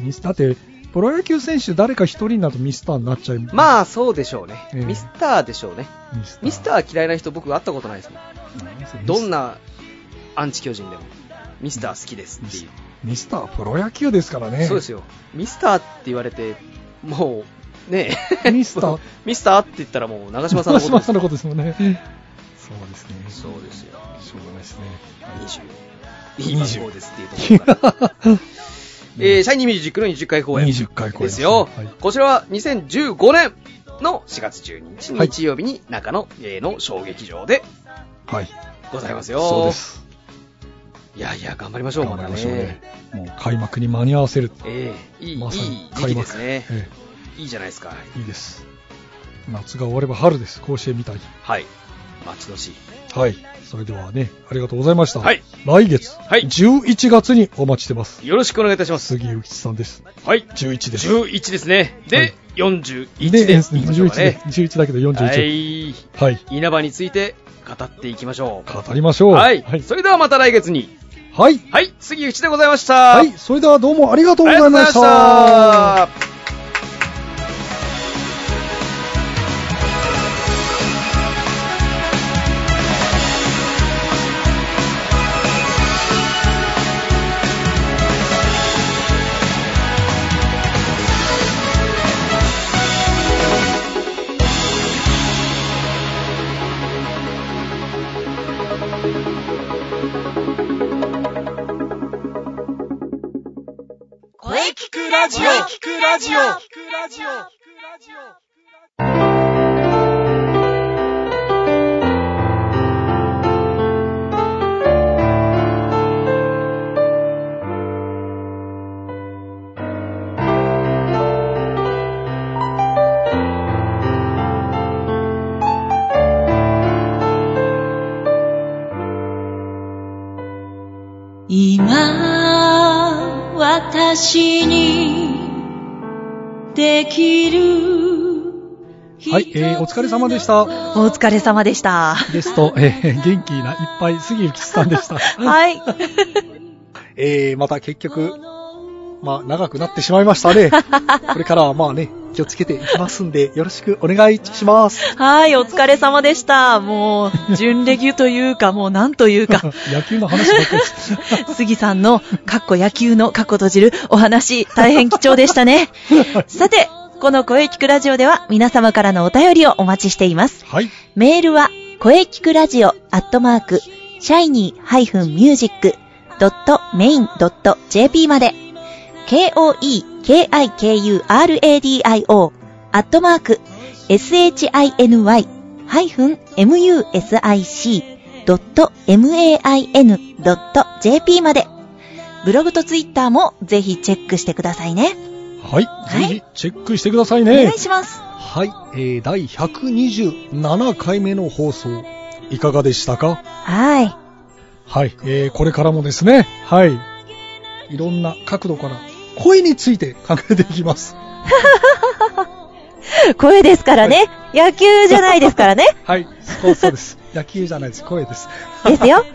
[SPEAKER 2] に、ミスターって、プロ野球選手誰か一人になるとミスターになっちゃう。
[SPEAKER 3] まあそうでしょうね、
[SPEAKER 2] ええ
[SPEAKER 3] ミスターでしょうね
[SPEAKER 2] ミスター。
[SPEAKER 3] ミスター嫌いな人僕会ったことないですもんどん
[SPEAKER 2] な
[SPEAKER 3] なアンチ巨人でもミスター好きですっていう
[SPEAKER 2] ミスターはプロ野球ですからね。
[SPEAKER 3] そうです
[SPEAKER 2] よ。
[SPEAKER 3] よミスターって言われてもうねえ
[SPEAKER 2] ミ スター
[SPEAKER 3] ミスターって言ったらもう長嶋さんの
[SPEAKER 2] 長 島
[SPEAKER 3] ことです
[SPEAKER 2] さんのことですもんね。そうですね。
[SPEAKER 3] そうですよ
[SPEAKER 2] しょうがないですね。
[SPEAKER 3] 20今そうですっていうとこ ろからえー、シャイニーミュージックの20回公演。
[SPEAKER 2] 20回公演
[SPEAKER 3] ですよ。
[SPEAKER 2] はい
[SPEAKER 3] こちらは2015年の4月12日、
[SPEAKER 2] はい
[SPEAKER 3] 日曜日に中野芸能小劇場で
[SPEAKER 2] はい。
[SPEAKER 3] ございますよ。
[SPEAKER 2] そうで。す。
[SPEAKER 3] いやいや、頑張りましょう、
[SPEAKER 2] 頑張りましょう
[SPEAKER 3] だ
[SPEAKER 2] ね。もう開幕に間に合わせる。
[SPEAKER 3] ええいい、
[SPEAKER 2] まさ
[SPEAKER 3] い
[SPEAKER 2] に
[SPEAKER 3] い時
[SPEAKER 2] 開幕
[SPEAKER 3] 期ですね。
[SPEAKER 2] え
[SPEAKER 3] いいじゃないですか。
[SPEAKER 2] えいいです。夏が終われば春です。甲子園みたいに。
[SPEAKER 3] はい。待ち遠しい。
[SPEAKER 2] はい。それではね、ありがとうございました。
[SPEAKER 3] はい。
[SPEAKER 2] 来月、
[SPEAKER 3] はい
[SPEAKER 2] 11月にお待ちしてます。
[SPEAKER 3] よろしくお願いいたします。
[SPEAKER 2] 杉ゆきちさんです。
[SPEAKER 3] はい。
[SPEAKER 2] 11です。
[SPEAKER 3] 11ですね。で、
[SPEAKER 2] はい
[SPEAKER 3] 41
[SPEAKER 2] で、
[SPEAKER 3] で
[SPEAKER 2] え
[SPEAKER 3] い
[SPEAKER 2] ー
[SPEAKER 3] きましょう
[SPEAKER 2] 11
[SPEAKER 3] か
[SPEAKER 2] で
[SPEAKER 3] ね。
[SPEAKER 2] 11だけど41。
[SPEAKER 3] は
[SPEAKER 2] はい。
[SPEAKER 3] い。稲葉について語っていきましょう。
[SPEAKER 2] 語りましょう。
[SPEAKER 3] はい、
[SPEAKER 2] はい。
[SPEAKER 3] それではまた来月に。
[SPEAKER 2] はい。
[SPEAKER 3] はい、杉内でございました。
[SPEAKER 2] はい。それではどうもありがとうございました。
[SPEAKER 3] ありがとうございました。
[SPEAKER 4] 声聞くラジオ聞くラジオ今私にできる
[SPEAKER 2] はい、えーお疲れ様でした。
[SPEAKER 5] お疲れ様でした。
[SPEAKER 2] ゲスト、えー元気ないっぱい杉内さんで した。
[SPEAKER 5] はい。
[SPEAKER 2] えー、また結局、まあ、長くなってしまいました ね。これからはまあね、気をつけていきますんで、よろしくお願いします。
[SPEAKER 5] はい、お疲れ様でした。もう、準レギュというか、もうなんというか、
[SPEAKER 2] 野球の話ばっかりです。
[SPEAKER 5] 杉さんの、かっこ野球のかっこ閉じるお話、大変貴重でしたね。さて、この声聞くラジオでは、皆様からのお便りをお待ちしています。
[SPEAKER 2] はい。
[SPEAKER 5] メールは、声聞くラジオアットマーク、shiny-music.main.jp まで、k-o-e-k-i-k-u-r-a-d-i-o アットマーク、shiny-music.main.jp まで、ブログとツイッターもぜひチェックしてくださいね。
[SPEAKER 2] はい。ぜ
[SPEAKER 5] い
[SPEAKER 2] ひ、チェックしてください
[SPEAKER 5] お願
[SPEAKER 2] ね
[SPEAKER 5] い。します。
[SPEAKER 2] はい。えー、第127回目の放送、いかがでしたか
[SPEAKER 5] はい。
[SPEAKER 2] はい、えー、これからもですね、はい、いろんな角度から声について考えていきます。
[SPEAKER 5] 声ですからね。野球じゃないですからね。
[SPEAKER 2] はい、そうそうです。野球じゃないです、声です。
[SPEAKER 5] ですよ。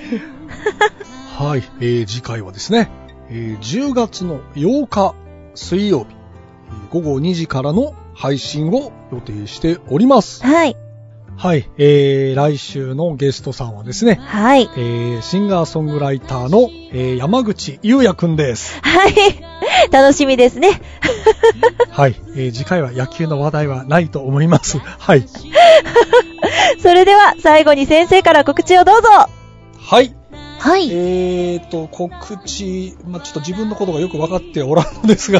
[SPEAKER 2] はい、えー、次回はですね、えー、10月の8日水曜日、えー午後2時からの配信を予定しております。
[SPEAKER 5] はい。
[SPEAKER 2] はい、えー、来週のゲストさんはですね、
[SPEAKER 5] はい。
[SPEAKER 2] えー、シンガーソングライターの、えー、山口優也くんです。
[SPEAKER 5] はい。楽しみですね。
[SPEAKER 2] はい、えー、次回は野球の話題はないと思います。はい。
[SPEAKER 5] それでは最後に先生から告知をどうぞ。
[SPEAKER 2] はい。
[SPEAKER 5] は。
[SPEAKER 2] えーと、告知、まあ、ちょっと自分のことがよく分かっておらんのですが、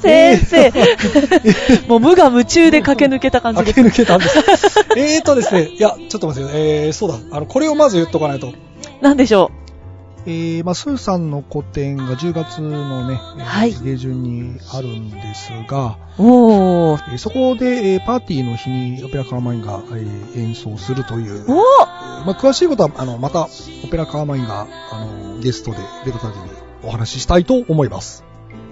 [SPEAKER 5] 先生。もう無我夢中で駆け抜けた感じで
[SPEAKER 2] 駆け抜けたん です。えーとですね、いや、ちょっと待ってください。えー、そうだ、あの、これをまず言っとかないと。
[SPEAKER 5] なんでしょ
[SPEAKER 2] えー、まあ、スーさんの個展が10月のね、えー
[SPEAKER 5] はい
[SPEAKER 2] 下旬にあるんですが、
[SPEAKER 5] う。おー。
[SPEAKER 2] えーそこで、えーパーティーの日にオペラカーマインが、えー演奏するという、
[SPEAKER 5] おー
[SPEAKER 2] まあ、詳しいことは、あの、また、オペラカーマインが、あの、ゲストで出た時にお話ししたいと思います。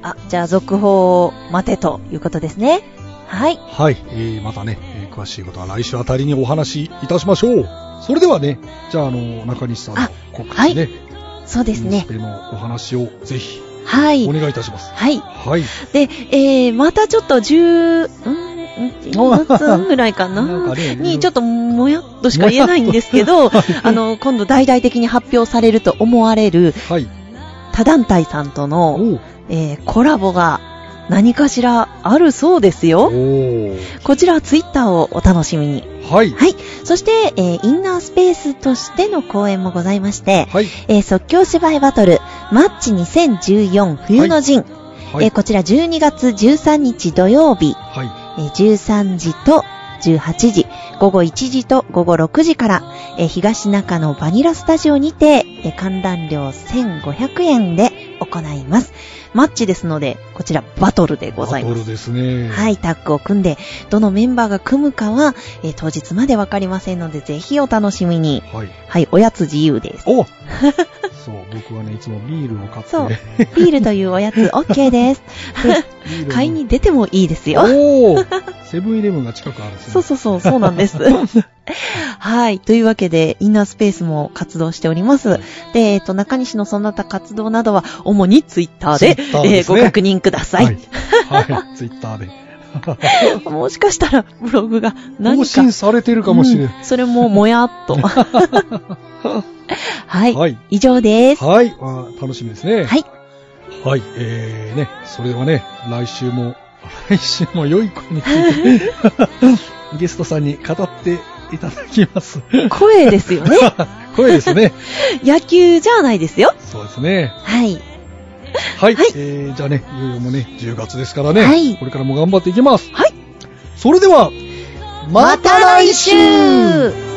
[SPEAKER 5] あ、じゃあ続報を待てということですね。はい。
[SPEAKER 2] はい、えー、またね、えー詳しいことは来週あたりにお話しいたしましょう。それではね、じゃあ、あの、中西さんの
[SPEAKER 5] あ
[SPEAKER 2] 告
[SPEAKER 5] は
[SPEAKER 2] 知
[SPEAKER 5] い
[SPEAKER 2] ね、
[SPEAKER 5] そうです
[SPEAKER 2] ニュー
[SPEAKER 5] ね
[SPEAKER 2] ス。ペのお話をぜひ
[SPEAKER 5] は
[SPEAKER 2] お
[SPEAKER 5] い。
[SPEAKER 2] 願いいたします。
[SPEAKER 5] はい。
[SPEAKER 2] はい、
[SPEAKER 5] で、えー、またちょっと10、うん、1月ぐらいか
[SPEAKER 2] なんか
[SPEAKER 5] な。
[SPEAKER 2] ね
[SPEAKER 5] にちょっともやっとしか言えないんですけど、あの、今度大々的に発表されると思われる
[SPEAKER 2] はい、
[SPEAKER 5] 他団体さんと
[SPEAKER 2] お
[SPEAKER 5] の、
[SPEAKER 2] ー
[SPEAKER 5] えーコラボが何かしらあるそうです
[SPEAKER 2] お
[SPEAKER 5] よ。
[SPEAKER 2] ー
[SPEAKER 5] こちらはツイッターをお楽しみに。
[SPEAKER 2] はい、
[SPEAKER 5] はい。そして、えーインナースペースとしての公演もございまして、
[SPEAKER 2] はい、
[SPEAKER 5] えー即興芝居バトル、マッチ2014冬の陣、
[SPEAKER 2] は
[SPEAKER 5] えー
[SPEAKER 2] い、
[SPEAKER 5] こちら12月13日土曜日、
[SPEAKER 2] は
[SPEAKER 5] えー13時と18時、午後1時と午後6時から、えー東中のバニラスタジオにて、えー観覧料1500円で行います。マッチですので、こちらバトルでござい
[SPEAKER 2] バ
[SPEAKER 5] ま
[SPEAKER 2] トル
[SPEAKER 5] す。
[SPEAKER 2] ですね。
[SPEAKER 5] はい、タッグを組んで、どのメンバーが組むかは、えー当日までわかりませんので、ぜひお楽しみに。
[SPEAKER 2] はい。
[SPEAKER 5] はい、おやつ自由です。
[SPEAKER 2] おそう、僕はね、いつもビールを買って。
[SPEAKER 5] そう、ビールというおやつ OK です。
[SPEAKER 2] ビールを
[SPEAKER 5] 買いに出てもいいですよ。
[SPEAKER 2] おーセブンイレブンが近くあるんですね。
[SPEAKER 5] そうそうそう、そうなん です。はい。というわけで、インナースペースも活動しております。で、えっ、と、中西のその他活動などは、主にツイッターで、
[SPEAKER 2] Twitter
[SPEAKER 5] え
[SPEAKER 2] で
[SPEAKER 5] ー
[SPEAKER 2] す
[SPEAKER 5] ご
[SPEAKER 2] ね
[SPEAKER 5] 確認ください。
[SPEAKER 2] はい。はい、ツイッターで。
[SPEAKER 5] もしかしたら、ブログが
[SPEAKER 2] 更
[SPEAKER 5] 何か
[SPEAKER 2] 新、されてるかもしれない。
[SPEAKER 5] うんそれももやっ と。はい。
[SPEAKER 2] はい
[SPEAKER 5] 以上です。
[SPEAKER 2] はい、あー楽しみですね。
[SPEAKER 5] はい。
[SPEAKER 2] はい、えーね、それではね、来週も、 来週も良い 声について、ゲストさんに語っていただきます。
[SPEAKER 5] 声ですよね。
[SPEAKER 2] 声ですね。
[SPEAKER 5] 野球じゃないですよ。
[SPEAKER 2] そうですね。
[SPEAKER 5] はい。
[SPEAKER 2] はい、
[SPEAKER 5] はい
[SPEAKER 2] えーじゃあね、いよいよもうね、10月ですからね、
[SPEAKER 5] はい
[SPEAKER 2] これからも頑張っていきます。
[SPEAKER 5] はい。
[SPEAKER 2] それでは、
[SPEAKER 5] また来週